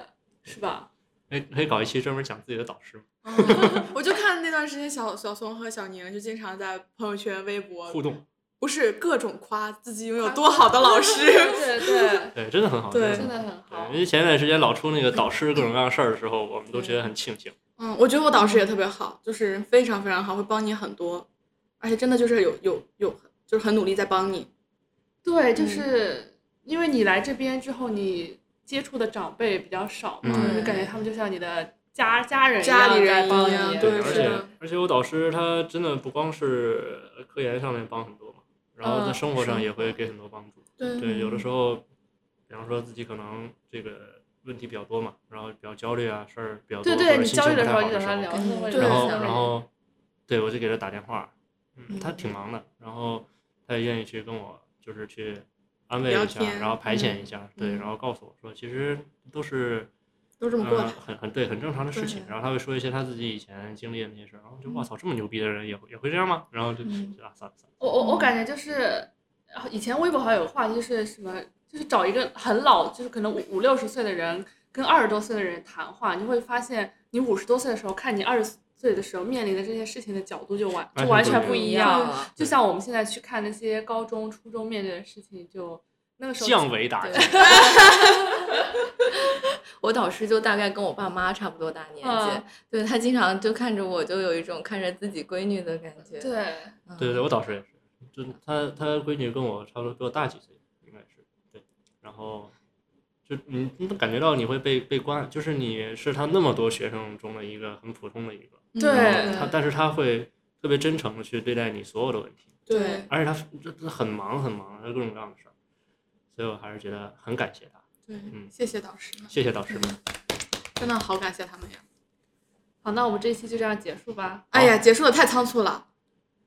Speaker 4: 是吧？
Speaker 1: 可以可以搞一期专门讲自己的导师嘛
Speaker 5: 哦我就看那段时间小小松和小宁就经常在朋友圈、微博，
Speaker 1: 互动，
Speaker 5: 不是各种夸自己拥有多好的老师。
Speaker 4: 对对，
Speaker 1: 对，真的很好，
Speaker 5: 对
Speaker 1: 真
Speaker 4: 真
Speaker 1: 的
Speaker 4: 的
Speaker 1: 很好。
Speaker 4: 很好
Speaker 1: 对，因。为前段时间老出那个导师各种各样的事儿的时候，我们都觉得很庆幸。
Speaker 5: 嗯，我觉得我导师也特别好，就是人非常非常好，会帮你很多，而且真的就是有有有就是很努力在帮你。
Speaker 4: 对，就
Speaker 5: 嗯
Speaker 4: 是因为你来这边之后，你接触的长辈比较少嘛，
Speaker 1: 嗯
Speaker 4: 就感觉他们就像你的家家人一
Speaker 5: 家
Speaker 4: 样
Speaker 5: 里人
Speaker 4: 在
Speaker 5: 一
Speaker 4: 帮你
Speaker 5: 样，对
Speaker 1: 对，而
Speaker 5: 是
Speaker 1: 且
Speaker 5: 的
Speaker 1: 而且我导师他真的不光是呃科研上面帮很多嘛，然后在
Speaker 4: 嗯
Speaker 1: 生活上
Speaker 4: 生
Speaker 1: 也
Speaker 4: 活
Speaker 1: 会给很多帮助。
Speaker 5: 对
Speaker 1: 对，有的时候，比方说自己可能这个问题比较多嘛，然后比较焦虑啊，事儿比较多，
Speaker 4: 对
Speaker 1: 或者
Speaker 4: 对，你
Speaker 1: 心
Speaker 4: 焦
Speaker 1: 情
Speaker 4: 虑
Speaker 1: 不
Speaker 4: 的
Speaker 1: 太
Speaker 4: 时候
Speaker 1: 好
Speaker 4: 就找
Speaker 1: 的时候，
Speaker 4: 他聊，
Speaker 3: 嗯
Speaker 4: 那我也
Speaker 5: 对
Speaker 4: 是
Speaker 1: 然后
Speaker 4: 想
Speaker 1: 然后，对我就给他打电话，嗯，他
Speaker 5: 嗯
Speaker 1: 挺忙的，然后他也愿意去跟我就是去安慰
Speaker 5: 聊
Speaker 1: 一下，
Speaker 5: 天
Speaker 1: 然后排遣
Speaker 5: 嗯
Speaker 1: 一下，对，
Speaker 5: 嗯
Speaker 1: 然后告诉我说，其实都是。
Speaker 5: 都这么
Speaker 1: 嗯，
Speaker 5: 过来。
Speaker 1: 很很对，很正常的事情
Speaker 5: 对。
Speaker 1: 然后他会说一些他自己以前经历的那些事儿，然后就哇操，这么牛逼的人也会也会这样吗？然后就
Speaker 5: 嗯
Speaker 1: 就啊，算了算了，
Speaker 4: 我我我感觉就是，然后以前微博好像有个话题就是什么，就是找一个很老，就是可能五五六十岁的人跟二十多岁的人谈话，你会发现你五十多岁的时候看你二十岁的时候面临的这些事情的角度就完就完
Speaker 1: 完全
Speaker 4: 全
Speaker 1: 不
Speaker 4: 不
Speaker 1: 一
Speaker 4: 一样
Speaker 3: 样了。
Speaker 4: 就像我们现在去看那些高中、初中面对的事情，就那个时候
Speaker 1: 降维打击。
Speaker 3: 对 我导师就大概跟我爸妈差不多大年纪，
Speaker 4: 嗯
Speaker 3: 对他经常就看着我，就有一种看着自己闺女的感觉。
Speaker 4: 对，
Speaker 3: 嗯
Speaker 1: 对对对，我导师也是，就他他闺女跟我差不多比我大几岁，应该是对。然后就你你能感觉到你会被被关爱，就是你是他那么多学生中的一个很普通的一个，
Speaker 5: 嗯
Speaker 4: 对
Speaker 1: 嗯他但是他会特别真诚的去对待你所有的问题，
Speaker 5: 对
Speaker 1: 而且他这这很忙很忙，他各种各样的事儿，所以我还是觉得很感谢他，
Speaker 5: 对
Speaker 1: 嗯，
Speaker 5: 谢谢导师们，
Speaker 1: 谢谢导师们。
Speaker 5: 真的好感谢他们呀。
Speaker 4: 好，那我们这一期就这样结束吧。
Speaker 5: 哎呀，结束的太仓促了。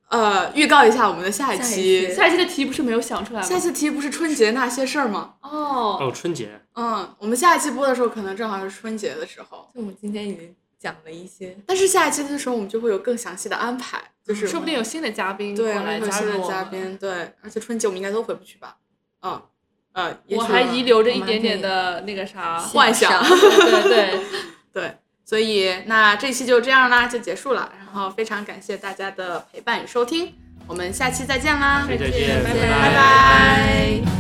Speaker 5: 呃，预告一下我们的下一
Speaker 3: 下一
Speaker 5: 期
Speaker 3: 期。
Speaker 4: 下一期的题不是没有想出来
Speaker 5: 下
Speaker 4: 吗？
Speaker 5: 一期题不是春节那些事儿吗？
Speaker 4: 哦，
Speaker 1: 哦，春节，
Speaker 5: 嗯，我们下一期播的时候可能正好是春节的时候，
Speaker 3: 就我们今天已经讲了一些，
Speaker 5: 但是下一期的时候我们就会有更详细的安排，就是
Speaker 4: 说不定有新的嘉宾过
Speaker 5: 对，我们
Speaker 4: 来
Speaker 5: 会有
Speaker 4: 加
Speaker 5: 新
Speaker 4: 入
Speaker 5: 的
Speaker 4: 我
Speaker 5: 嘉
Speaker 4: 们。
Speaker 5: 宾，对，而且春节我们应该都回不去吧？嗯，呃，也
Speaker 4: 我
Speaker 5: 许
Speaker 4: 还遗留着
Speaker 3: 我
Speaker 4: 一
Speaker 3: 们还
Speaker 4: 点点
Speaker 3: 可以
Speaker 4: 的那个啥，
Speaker 5: 幻想，
Speaker 4: 对对 对，
Speaker 5: 对，所以那这期就这样啦，就结束了。然后非常感谢大家的陪伴与收听，我们下期再见啦，
Speaker 1: 再见，
Speaker 4: 拜
Speaker 1: 拜
Speaker 5: 拜拜
Speaker 3: 拜